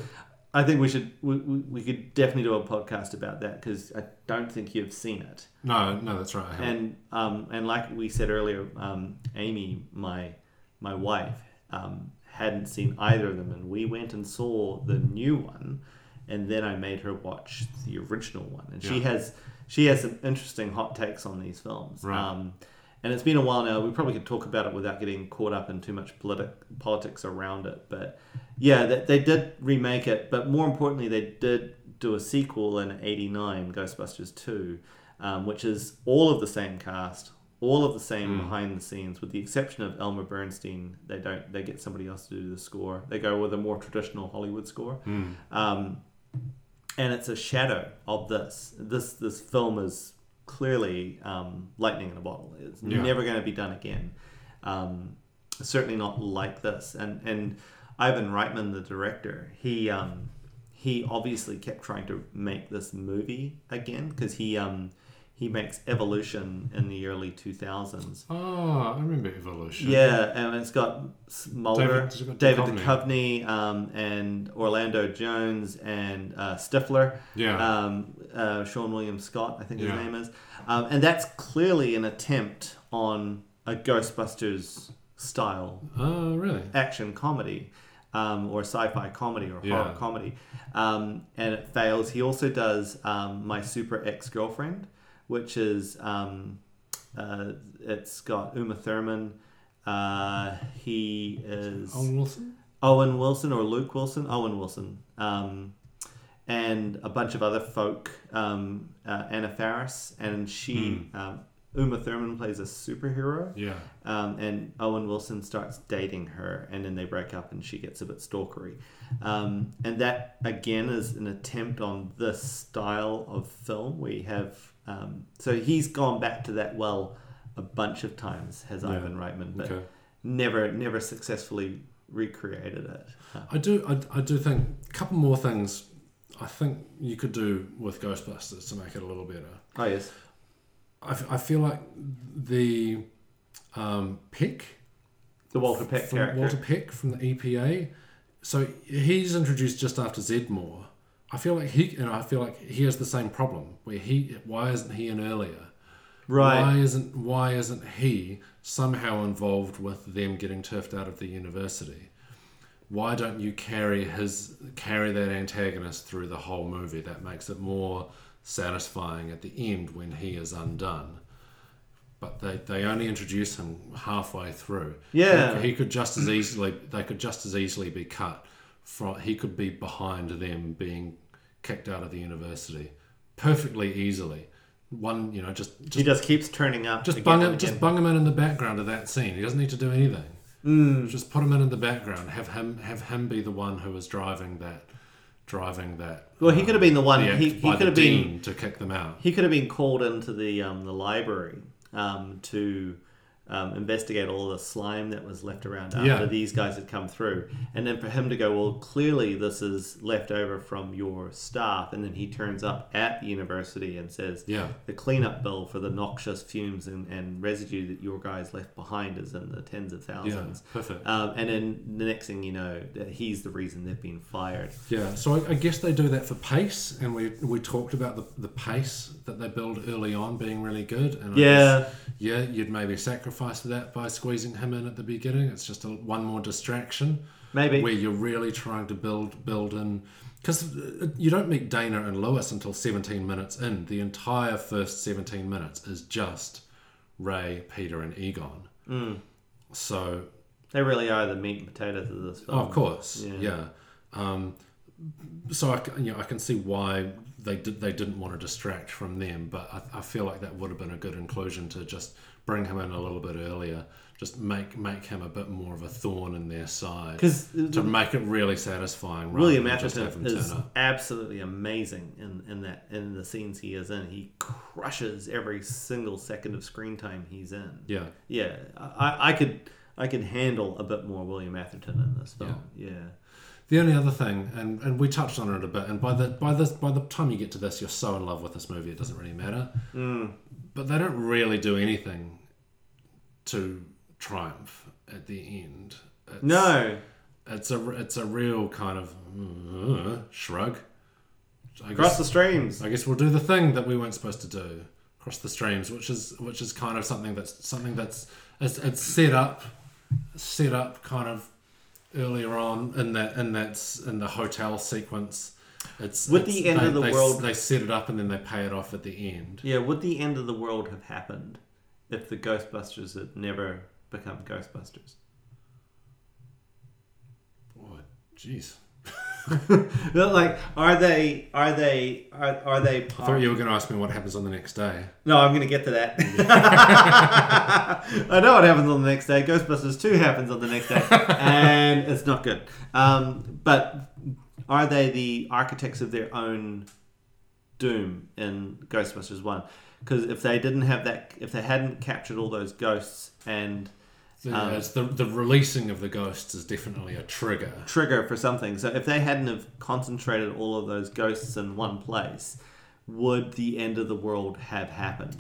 Speaker 3: I think we should we, we we could definitely do a podcast about that because I don't think you've seen it.
Speaker 2: No, no, that's right. I haven't.
Speaker 3: and um, and like we said earlier, um, Amy, my my wife, um, hadn't seen either of them, and we went and saw the new one, and then I made her watch the original one, and she
Speaker 2: Yeah.
Speaker 3: has she has some interesting hot takes on these films.
Speaker 2: Right.
Speaker 3: Um, and it's been a while now. We probably could talk about it without getting caught up in too much politi- politics around it. But yeah, they, they did remake it. But more importantly, they did do a sequel in '89, Ghostbusters 2, um, which is all of the same cast, all of the same behind the scenes, with the exception of Elmer Bernstein. They don't. They get somebody else to do the score. They go with a more traditional Hollywood score. Um, and it's a shadow of this. This this film is clearly um, lightning in a bottle. It's
Speaker 2: Yeah.
Speaker 3: never going to be done again. Um, certainly not like this. And and Ivan Reitman, the director, he um, he obviously kept trying to make this movie again because he um, he makes Evolution in the early two thousands.
Speaker 2: Oh, I remember Evolution.
Speaker 3: Yeah, and it's got S- Mulder,
Speaker 2: it's
Speaker 3: David,
Speaker 2: got
Speaker 3: Duchovny, um, and Orlando Jones, and uh, Stifler.
Speaker 2: Yeah.
Speaker 3: Um, uh, Sean William Scott, I think his
Speaker 2: Yeah.
Speaker 3: name is. Um, and that's clearly an attempt on a Ghostbusters style
Speaker 2: Oh, really?
Speaker 3: action comedy um, or sci-fi comedy or horror
Speaker 2: Yeah.
Speaker 3: comedy um, and it fails he also does um, my super ex-girlfriend which is um, uh, it's got uma thurman uh, he is
Speaker 2: Owen Wilson.
Speaker 3: Owen Wilson or Luke Wilson, Owen Wilson, um, and a bunch of other folk. Um, uh, Anna Faris and she, um, Uma Thurman plays a superhero,
Speaker 2: Yeah.
Speaker 3: um, and Owen Wilson starts dating her, and then they break up, and she gets a bit stalkery. Um, and that again is an attempt on this style of film. We have um, so he's gone back to that well a bunch of times, has Ivan Reitman, but
Speaker 2: Okay.
Speaker 3: never never successfully recreated it. Uh,
Speaker 2: I do. I, I do think a couple more things. I think you could do with Ghostbusters to make it a little better.
Speaker 3: oh yes,
Speaker 2: I, f- I feel like the um, Peck,
Speaker 3: The Walter Peck
Speaker 2: from
Speaker 3: character.
Speaker 2: Walter Peck from the EPA. So he's introduced just after Zedmore. I feel like he and I feel like he has the same problem where he why isn't he in earlier?
Speaker 3: right.
Speaker 2: Why isn't why isn't he somehow involved with them getting turfed out of the university? Why don't you carry his carry that antagonist through the whole movie? That makes it more satisfying at the end when he is undone. But they, they only introduce him halfway through.
Speaker 3: Yeah.
Speaker 2: he, he could just as easily they could just as easily be cut from. He could be behind them being kicked out of the university perfectly easily. One, you know, just just
Speaker 3: he just keeps turning up.
Speaker 2: just
Speaker 3: again
Speaker 2: bung
Speaker 3: and
Speaker 2: him, just
Speaker 3: again.
Speaker 2: bung him in in the background of that scene. He doesn't need to do anything.
Speaker 3: Hmm.
Speaker 2: Just put him in in the background. Have him have him be the one who is driving that driving that. uh,
Speaker 3: Well, he could have been the one.
Speaker 2: the act
Speaker 3: he he
Speaker 2: by
Speaker 3: could
Speaker 2: the
Speaker 3: have been.
Speaker 2: dean to kick them out.
Speaker 3: He could have been called into the um, the library um, to um, investigate all the slime that was left around after
Speaker 2: Yeah.
Speaker 3: these guys had come through, and then for him to go, well, clearly this is left over from your staff, and then he turns up at the university and says,
Speaker 2: Yeah.
Speaker 3: the cleanup bill for the noxious fumes and, and residue that your guys left behind is in the tens of thousands.
Speaker 2: perfect.
Speaker 3: Um, and then the next thing you know, that he's the reason they've been fired.
Speaker 2: Yeah, so I, I guess they do that for pace, and we we talked about the, the pace that they build early on being really good. And I
Speaker 3: Yeah.
Speaker 2: guess, yeah, you'd maybe sacrifice that by squeezing him in at the beginning. It's just a, one more distraction.
Speaker 3: Maybe.
Speaker 2: where you're really trying to build build in because you don't meet Dana and Lewis until 17 minutes in. The entire first 17 minutes is just Ray, Peter, and Egon.
Speaker 3: Mm.
Speaker 2: So
Speaker 3: They really are the meat and potatoes of this film.
Speaker 2: Oh, of course,
Speaker 3: yeah.
Speaker 2: yeah. Um, so I, c- you know, I can see why they did, they didn't want to distract from them, but I, I feel like that would have been a good inclusion to just bring him in a little bit earlier, just make make him a bit more of a thorn in their side,
Speaker 3: 'Cause-
Speaker 2: to make it really satisfying. rather
Speaker 3: William
Speaker 2: than just have
Speaker 3: Atherton
Speaker 2: him turn
Speaker 3: is
Speaker 2: up.
Speaker 3: absolutely amazing in, in that in the scenes he is in. He crushes every single second of screen time he's in.
Speaker 2: Yeah,
Speaker 3: yeah. I, I could I could handle a bit more William Atherton in this film. Yeah,
Speaker 2: The only other thing, and, and we touched on it a bit, and by the by this by the time you get to this, you're so in love with this movie it doesn't really matter.
Speaker 3: Mm.
Speaker 2: But they don't really do anything to triumph at the end. It's,
Speaker 3: no,
Speaker 2: it's a it's a real kind of uh, shrug. I guess,
Speaker 3: cross the streams.
Speaker 2: I guess we'll do the thing that we weren't supposed to do, cross the streams, which is which is kind of something that's something that's it's, it's set up, set up kind of earlier on in that in that's in the hotel sequence. It's
Speaker 3: With
Speaker 2: it's-
Speaker 3: the end
Speaker 2: they-
Speaker 3: of the
Speaker 2: they s-
Speaker 3: world-
Speaker 2: They set it up and then they pay it off at the end.
Speaker 3: Yeah, would the end of the world have happened if the Ghostbusters had never become Ghostbusters?
Speaker 2: Oh, jeez.
Speaker 3: But, like, are they are they are, are they
Speaker 2: I thought you were going to ask me what happens on the next day.
Speaker 3: No, I'm going to get to that. I know what happens on the next day. Ghostbusters 2 happens on the next day, and it's not good. Um, but are they the architects of their own doom in Ghostbusters 1? Because if they didn't have that, if they hadn't captured all those ghosts and
Speaker 2: So,
Speaker 3: um,
Speaker 2: yeah, it's the the releasing of the ghosts is definitely a trigger.
Speaker 3: trigger for something. So if they hadn't have concentrated all of those ghosts in one place, would the end of the world have happened?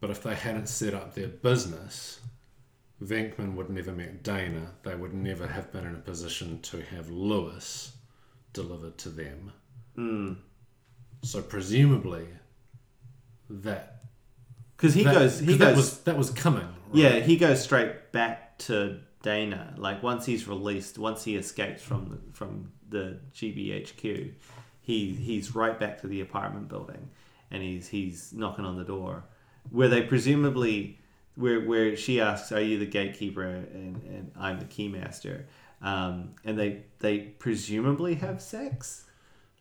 Speaker 2: But if they hadn't set up their business, Venkman would never met Dana. They would never have been in a position to have Lewis delivered to them.
Speaker 3: Hmm.
Speaker 2: So presumably, that
Speaker 3: Because he
Speaker 2: that,
Speaker 3: goes,
Speaker 2: 'cause
Speaker 3: he
Speaker 2: that
Speaker 3: goes.
Speaker 2: was that was coming. Right?
Speaker 3: Yeah, he goes straight back to Dana. Like once he's released, once he escapes from from the GBHQ, he he's right back to the apartment building, and he's he's knocking on the door, where they presumably where where she asks, "Are you the gatekeeper?" and, and I'm the keymaster, um, and they they presumably have sex,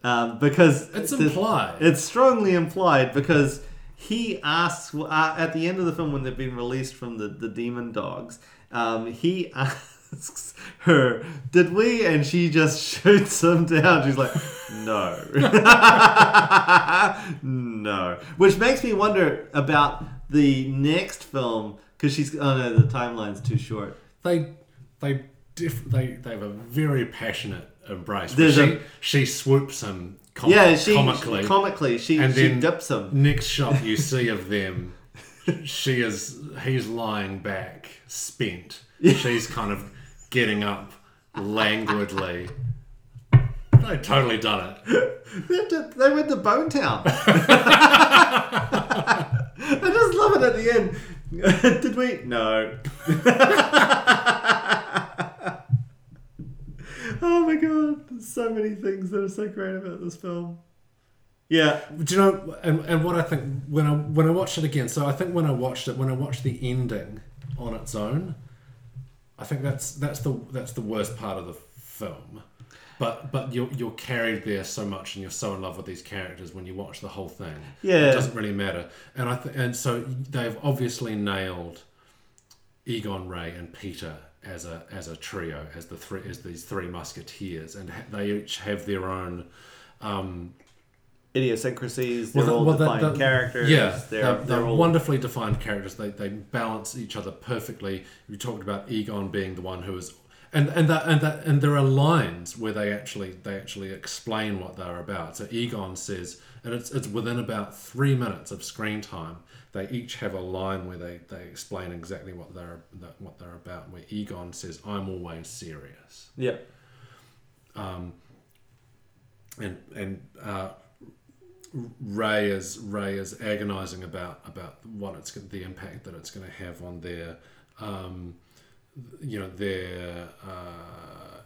Speaker 3: um, because
Speaker 2: It's
Speaker 3: the-
Speaker 2: implied.
Speaker 3: it's strongly implied because he asks uh, at the end of the film when they've been released from the, the demon dogs. Um, he asks her, "Did we?" And she just shoots him down. She's like, "No, no," which makes me wonder about the next film because she's oh no, the timeline's too short.
Speaker 2: they they def- they they have a very passionate embrace. where
Speaker 3: There's
Speaker 2: She,
Speaker 3: a-
Speaker 2: she swoops him com-
Speaker 3: Yeah, she
Speaker 2: comically.
Speaker 3: comically she,
Speaker 2: and
Speaker 3: she
Speaker 2: then
Speaker 3: dips him.
Speaker 2: Next shot you see of them she is he's lying back, spent. She's kind of getting up languidly. They totally done it.
Speaker 3: They, did, they went to Bone Town. I just love it at the end. did we? No. oh my god, there's so many things that are so great about this film. Yeah.
Speaker 2: Do you know? And, and what I think when I when I watched it again, so I think when I watched it, when I watched the ending on its own, I think that's that's the that's the worst part of the film. But but you're you're carried there so much, and you're so in love with these characters when you watch the whole thing.
Speaker 3: Yeah.
Speaker 2: it doesn't really matter. And I th- and so they've obviously nailed Egon Ray and Peter as a as a trio, as the three as these three musketeers, and ha- they each have their own. Um,
Speaker 3: Idiosyncrasies, they're
Speaker 2: well,
Speaker 3: all
Speaker 2: well, the-
Speaker 3: defined
Speaker 2: the-
Speaker 3: characters.
Speaker 2: Yeah,
Speaker 3: They're,
Speaker 2: they're,
Speaker 3: they're,
Speaker 2: they're
Speaker 3: all
Speaker 2: wonderfully defined characters. They, they balance each other perfectly. You talked about Egon being the one who is, and and that, and that, and there are lines where they actually they actually explain what they're about. So Egon says, and it's it's within about three minutes of screen time. They each have a line where they, they explain exactly what they're that- what they're about. Where Egon says, "I'm always serious."
Speaker 3: Yeah.
Speaker 2: and and uh, Ray is Ray is agonising about about what it's gonna- the impact that it's going to have on their um, you know their uh,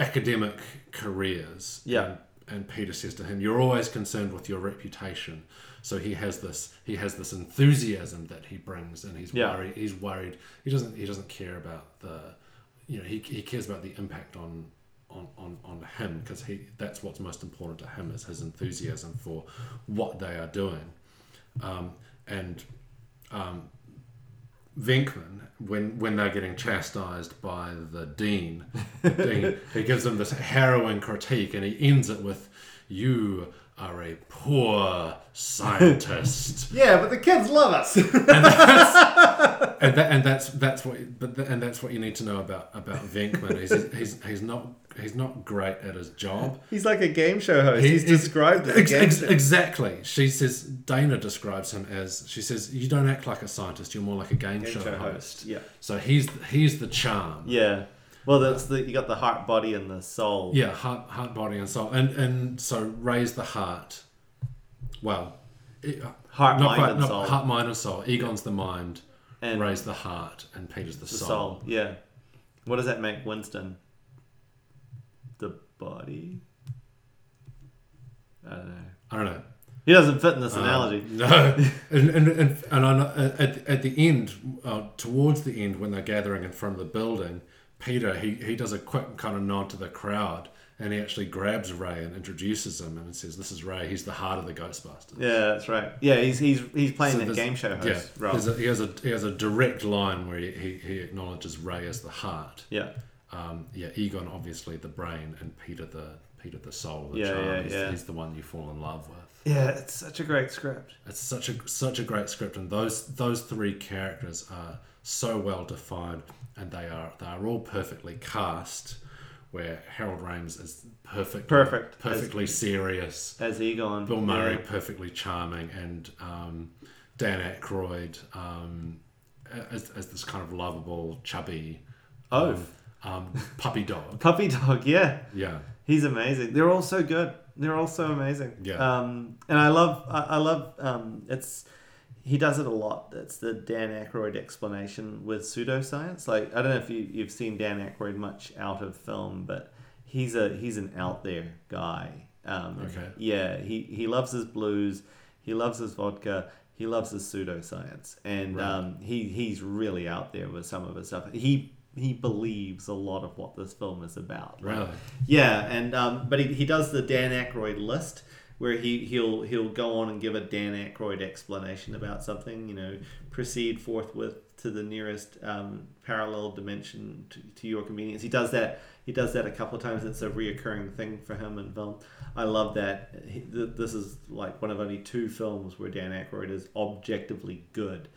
Speaker 2: academic careers.
Speaker 3: Yeah.
Speaker 2: And, and Peter says to him, "You're always concerned with your reputation." So he has this he has this enthusiasm that he brings, and he's
Speaker 3: Yeah.
Speaker 2: worried. He's worried. He doesn't he doesn't care about the you know he, he cares about the impact on on, on, on him because he that's what's most important to him is his enthusiasm for what they are doing um, and um, Venkman, when when they're getting chastised by the dean, the dean, he gives them this harrowing critique, and he ends it with, "You are a poor scientist,"
Speaker 3: Yeah, but the kids love us.
Speaker 2: and that and that's that's what but th- and that's what you need to know about about Venkman. He's he's he's not he's not great at his job.
Speaker 3: He's like a game show host.
Speaker 2: He's-
Speaker 3: He's, described as a
Speaker 2: Ex-
Speaker 3: game
Speaker 2: ex-
Speaker 3: show.
Speaker 2: exactly. She says Dana describes him as she says you don't act like a scientist. You're more like a game,
Speaker 3: Game
Speaker 2: show,
Speaker 3: show
Speaker 2: host.
Speaker 3: host, yeah.
Speaker 2: So he's he's the charm.
Speaker 3: Yeah. Well, that's the you got the heart, body, and the soul.
Speaker 2: Yeah, heart, heart, body, and soul, and and so raise the heart. Well, it,
Speaker 3: Heart,
Speaker 2: not
Speaker 3: mind,
Speaker 2: quite,
Speaker 3: and
Speaker 2: not-
Speaker 3: soul.
Speaker 2: heart, mind, and soul. Egon's the mind,
Speaker 3: And-
Speaker 2: raise the heart, and Peter's the,
Speaker 3: the
Speaker 2: soul.
Speaker 3: soul. Yeah. What does that make Winston? The body. I don't know.
Speaker 2: I don't know.
Speaker 3: He doesn't fit in
Speaker 2: Uh,
Speaker 3: this analogy.
Speaker 2: No, and and and, and I know, at at the end, uh, towards the end, when they're gathering in front of the building, Peter he he does a quick kind of nod to the crowd, and he actually grabs Ray and introduces him, and says, "This is Ray. He's the heart of the Ghostbusters."
Speaker 3: Yeah, that's right. Yeah, he's he's he's playing
Speaker 2: So
Speaker 3: that
Speaker 2: there's-
Speaker 3: game show host
Speaker 2: Yeah,
Speaker 3: role.
Speaker 2: there's a- he has a he has a direct line where he, he, he acknowledges Ray as the heart.
Speaker 3: yeah.
Speaker 2: Um, yeah, Egon obviously the brain, and Peter the Peter the soul. The
Speaker 3: Yeah,
Speaker 2: charm.
Speaker 3: yeah,
Speaker 2: he's,
Speaker 3: yeah.
Speaker 2: he's the one you fall in love with.
Speaker 3: Yeah, it's such a great script.
Speaker 2: It's such a such a great script, and those those three characters are so well defined, and they are they are all perfectly cast. Where Harold Ramis is perfect,
Speaker 3: Perfect.
Speaker 2: perfectly serious.
Speaker 3: As Egon.
Speaker 2: Bill Murray,
Speaker 3: Yeah.
Speaker 2: perfectly charming, and um, Dan Aykroyd um, as, as this kind of lovable, chubby
Speaker 3: Oh.
Speaker 2: um, puppy dog.
Speaker 3: Puppy dog, yeah.
Speaker 2: Yeah,
Speaker 3: He's amazing. They're all so good. They're all so amazing.
Speaker 2: Yeah.
Speaker 3: Um, and I love, I, I love. Um, it's he does it a lot. That's the Dan Aykroyd explanation with pseudoscience. Like I don't know if you you've seen Dan Aykroyd much out of film, but he's a he's an out there guy. Um,
Speaker 2: Okay.
Speaker 3: Yeah. He he loves his blues. He loves his vodka. He loves his pseudoscience, and um, he he's really out there with some of his stuff. He he believes a lot of what this film is about.
Speaker 2: really.
Speaker 3: Yeah, and um, but he, he does the Dan Aykroyd list where he he'll he'll go on and give a Dan Aykroyd explanation about something. You know, proceed forthwith to the nearest um, parallel dimension to, to your convenience. He does that. He does that a couple of times. It's a reoccurring thing for him in film. I love that. He, th- this is like one of only two films where Dan Aykroyd is objectively good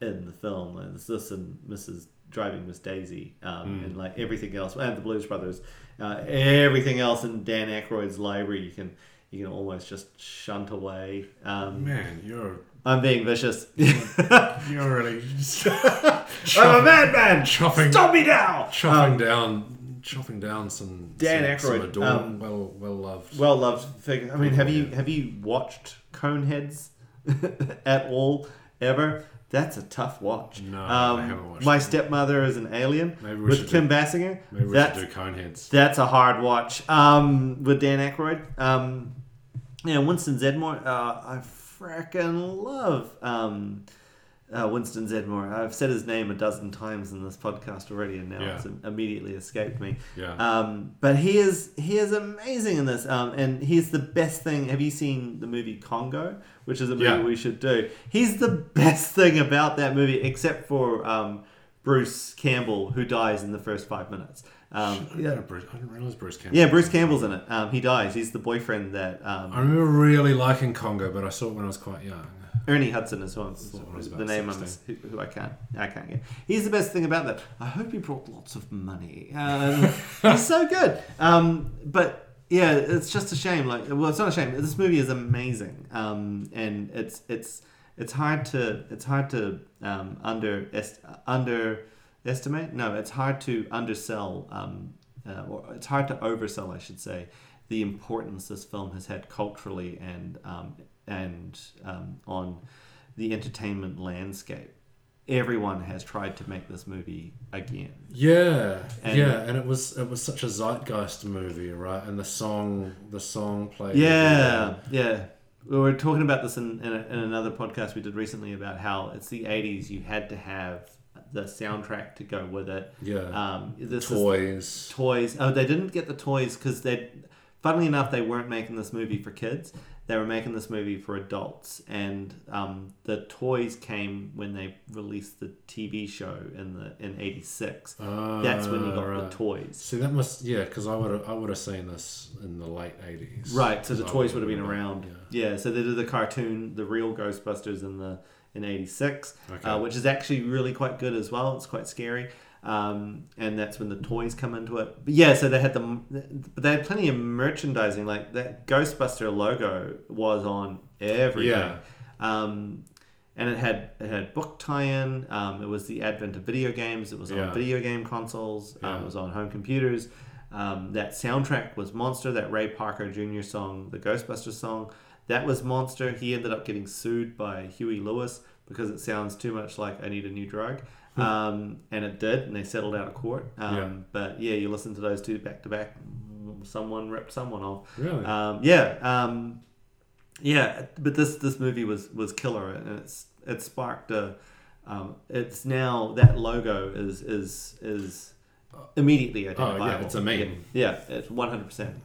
Speaker 3: in the film. And it's this and Mrs. driving Miss Daisy,
Speaker 2: Hmm.
Speaker 3: um, and like everything else, and the Blues Brothers, uh, everything else in Dan Aykroyd's library, you can you can almost just shunt away. Um,
Speaker 2: Man, you're
Speaker 3: I'm being vicious.
Speaker 2: you're really just
Speaker 3: I'm a madman.
Speaker 2: Chopping-
Speaker 3: Stop me now. Um,
Speaker 2: chopping down chopping down some
Speaker 3: Dan
Speaker 2: some,
Speaker 3: Aykroyd,
Speaker 2: some ador-
Speaker 3: um,
Speaker 2: well well loved.
Speaker 3: Well loved figure. I mean, have you have you watched Coneheads at all ever? That's a tough watch. Um,
Speaker 2: No, I haven't watched
Speaker 3: My
Speaker 2: that.
Speaker 3: stepmother is an alien
Speaker 2: Maybe we
Speaker 3: with
Speaker 2: should
Speaker 3: Kim Basinger.
Speaker 2: Maybe we
Speaker 3: that's,
Speaker 2: should do Coneheads.
Speaker 3: that's a hard watch. Um, with Dan Aykroyd. Um, yeah, Winston Zedmore. Uh, I frickin' love um, uh, Winston Zedmore. I've said his name a dozen times in this podcast already, and now
Speaker 2: Yeah.
Speaker 3: it's immediately escaped me.
Speaker 2: Yeah.
Speaker 3: Um, but he is he is amazing in this, um, and he's the best thing. Have you seen the movie Congo, which is a movie
Speaker 2: Yeah.
Speaker 3: we should do? He's the best thing about that movie, except for um, Bruce Campbell, who dies in the first five minutes. Um,
Speaker 2: I, yeah. Bruce, I didn't realize Bruce Campbell.
Speaker 3: yeah, Bruce Campbell's in it. Um, he dies. He's the boyfriend that um,
Speaker 2: I remember really liking Congo, but I saw it when I was quite young.
Speaker 3: Ernie Hudson is one, is
Speaker 2: what I was about
Speaker 3: the
Speaker 2: to
Speaker 3: name I'm, who, who I can't I can't get. He's the best thing about that. I hope he brought lots of money. Um, he's so good. Um, but yeah, it's just a shame. Like, well, it's not a shame. This movie is amazing, um, and it's it's it's hard to it's hard to um, under underestimate. No, it's hard to undersell. Um, uh, or it's hard to oversell, I should say, the importance this film has had culturally and um, and um, on the entertainment landscape. Everyone has tried to make this movie again.
Speaker 2: Yeah,
Speaker 3: And-
Speaker 2: yeah, and it was it was such a zeitgeist movie, right? And the song the song played.
Speaker 3: Yeah, yeah. We were talking about this in, in, a, in another podcast we did recently about how it's the 80s, you had to have the soundtrack to go with it.
Speaker 2: yeah,
Speaker 3: Um, this is-
Speaker 2: toys.
Speaker 3: toys. Oh, they didn't get the toys because they, funnily enough, they weren't making this movie for kids. They were making this movie for adults, and um, the toys came when they released the TV show in the in '86. That's when you
Speaker 2: Ah,
Speaker 3: got
Speaker 2: right.
Speaker 3: the toys.
Speaker 2: See, that must yeah, because I would I would have seen this in the late eighties.
Speaker 3: Right, so the toys would have been around. Yeah. so they did the cartoon, the real Ghostbusters in the in '86,
Speaker 2: Okay.
Speaker 3: uh, which is actually really quite good as well. It's quite scary, um, and that's when the toys come into it. But yeah, so they had the, but they had plenty of merchandising. Like that Ghostbuster logo was on everything.
Speaker 2: Yeah.
Speaker 3: Um, and it had it had book tie-in. Um, it was the advent of video games. It was
Speaker 2: Yeah.
Speaker 3: on video game consoles. Um,
Speaker 2: Yeah.
Speaker 3: it was on home computers. Um, that soundtrack was Monster. That Ray Parker Jr. song, the Ghostbusters song, that was Monster. He ended up getting sued by Huey Lewis because it sounds too much like I need a new drug. Um, and it did, and they settled out of court. Um,
Speaker 2: Hmm. Yeah.
Speaker 3: But yeah, you listen to those two back to back. Someone ripped someone off.
Speaker 2: Really?
Speaker 3: Um, yeah. Um, yeah, but this this movie was was killer, and it's it sparked a. Um, it's now that logo is is is immediately identifiable.
Speaker 2: Oh, it's a meme.
Speaker 3: Yeah, yeah, it's one hundred percent.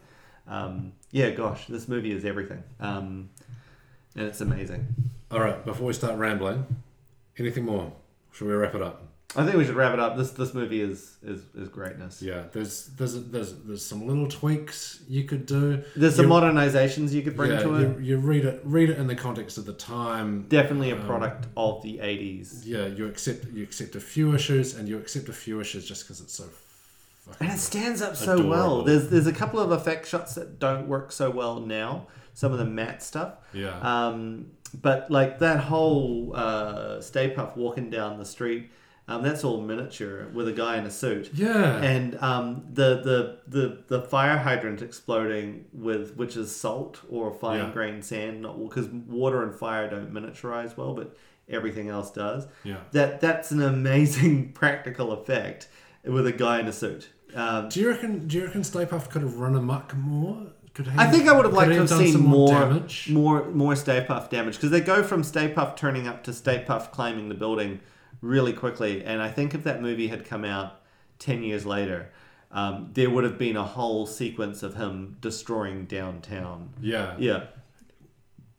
Speaker 3: Um, Yeah, gosh, this movie is everything, um, and it's amazing.
Speaker 2: All right, before we start rambling, anything more? Should we wrap it up?
Speaker 3: I think we should wrap it up. This this movie is is, is greatness.
Speaker 2: Yeah, there's there's there's there's some little tweaks you could do.
Speaker 3: There's some
Speaker 2: You-
Speaker 3: modernizations you could bring
Speaker 2: yeah,
Speaker 3: to it.
Speaker 2: you, you read it read it in the context of the time.
Speaker 3: Definitely
Speaker 2: Um,
Speaker 3: a product of the '80s,
Speaker 2: Yeah, you accept you accept a few issues, and you accept a few issues just because it's so. Fucking
Speaker 3: and it stands up so
Speaker 2: Adorable.
Speaker 3: well. There's there's a couple of effect shots that don't work so well now. Some of the matte stuff.
Speaker 2: Yeah.
Speaker 3: Um, but like that whole uh, Stay Puff walking down the street, um, that's all miniature with a guy in a suit.
Speaker 2: yeah.
Speaker 3: And um, the, the the the fire hydrant exploding with which is salt or fine
Speaker 2: Yeah.
Speaker 3: grained sand, not because water and fire don't miniaturize well, but everything else does.
Speaker 2: Yeah.
Speaker 3: That that's an amazing practical effect with a guy in a suit. Um,
Speaker 2: do you reckon? Do you reckon Stay Puft could have run amok more? Could he,
Speaker 3: I think I would have
Speaker 2: could
Speaker 3: liked
Speaker 2: he
Speaker 3: to have
Speaker 2: Mm. done
Speaker 3: seen
Speaker 2: some more
Speaker 3: more,
Speaker 2: damage?
Speaker 3: more, more Stay Puff damage because they go from Stay Puff turning up to Stay Puff climbing the building really quickly. And I think if that movie had come out ten years later, um, there would have been a whole sequence of him destroying downtown.
Speaker 2: Yeah.
Speaker 3: Yeah,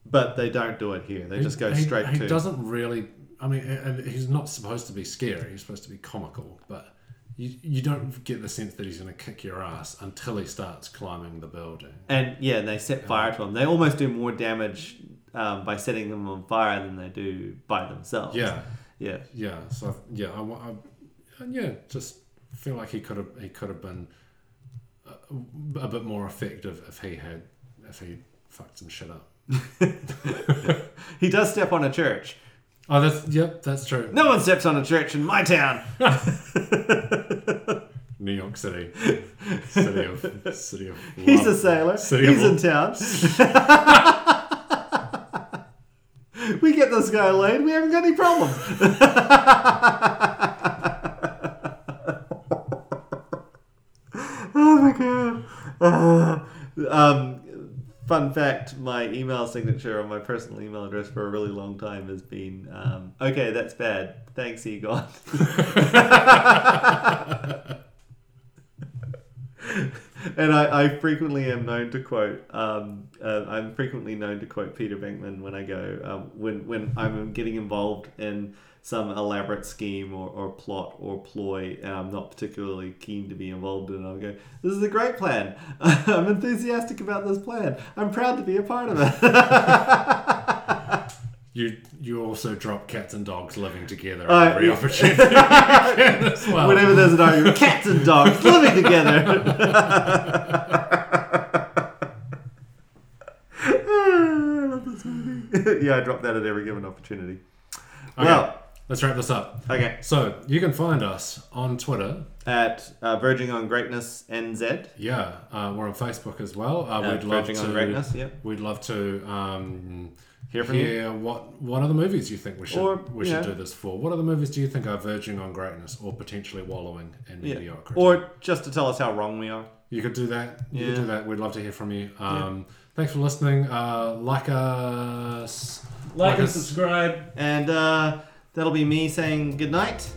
Speaker 3: but they don't do it here. They just go
Speaker 2: He-
Speaker 3: straight
Speaker 2: He
Speaker 3: to.
Speaker 2: doesn't really. I mean, and he's not supposed to be scary. He's supposed to be comical, but you you don't get the sense that he's going to kick your ass until he starts climbing the building.
Speaker 3: And yeah, they set fire to them. They almost do more damage um, by setting them on fire than they do by themselves.
Speaker 2: Yeah,
Speaker 3: Yeah.
Speaker 2: yeah. So yeah, I, wa- I, and yeah, just feel like he could have he could have been uh, a, a bit more effective if he had if he fucked some shit up.
Speaker 3: He does step on a church.
Speaker 2: Oh, that's yep, that's true.
Speaker 3: No one steps on a church in my town.
Speaker 2: New York City, city of city of.
Speaker 3: He's a
Speaker 2: love.
Speaker 3: sailor.
Speaker 2: City
Speaker 3: He's
Speaker 2: of-
Speaker 3: in town. we get this guy laid. We haven't got any problems. oh my god. Ah. um, fun fact: my email signature on my personal email address for a really long time has been um, "Okay, that's bad. Thanks, Egon." and I, I frequently am known to quote. Um, uh, I'm frequently known to quote Peter Bankman when I go um, when when I'm getting involved in some elaborate scheme or, or plot or ploy, and I'm not particularly keen to be involved in. it, I'll go. This is a great plan. I'm enthusiastic about this plan. I'm proud to be a part of it.
Speaker 2: You you also drop cats and dogs living together
Speaker 3: Uh,
Speaker 2: at every opportunity you can as well.
Speaker 3: Whenever there's an argument, cats and dogs living together. I love this movie. yeah, I drop that at every given opportunity.
Speaker 2: Okay,
Speaker 3: Well-
Speaker 2: let's wrap this up.
Speaker 3: Okay.
Speaker 2: So you can find us on Twitter.
Speaker 3: At uh, Verging on Greatness NZ.
Speaker 2: Yeah, uh, we're on Facebook as well. Uh,
Speaker 3: Uh,
Speaker 2: we'd love
Speaker 3: Verging
Speaker 2: to.
Speaker 3: on Greatness, yep.
Speaker 2: We'd love to um,
Speaker 3: Hear from
Speaker 2: hear what what other movies you think we should
Speaker 3: Or,
Speaker 2: we
Speaker 3: you
Speaker 2: should
Speaker 3: know.
Speaker 2: do this for. What other movies do you think are verging on greatness or potentially wallowing in mediocrity?
Speaker 3: Or just to tell us how wrong we are.
Speaker 2: You could do that. You could
Speaker 3: Yeah.
Speaker 2: do that. We'd love to hear from you. Um, Thanks for listening. Uh, like us.
Speaker 4: Like and
Speaker 2: us.
Speaker 4: subscribe.
Speaker 3: And uh, that'll be me saying goodnight.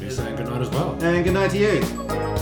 Speaker 2: Be saying goodnight as well.
Speaker 3: And goodnight to you.
Speaker 2: Bye.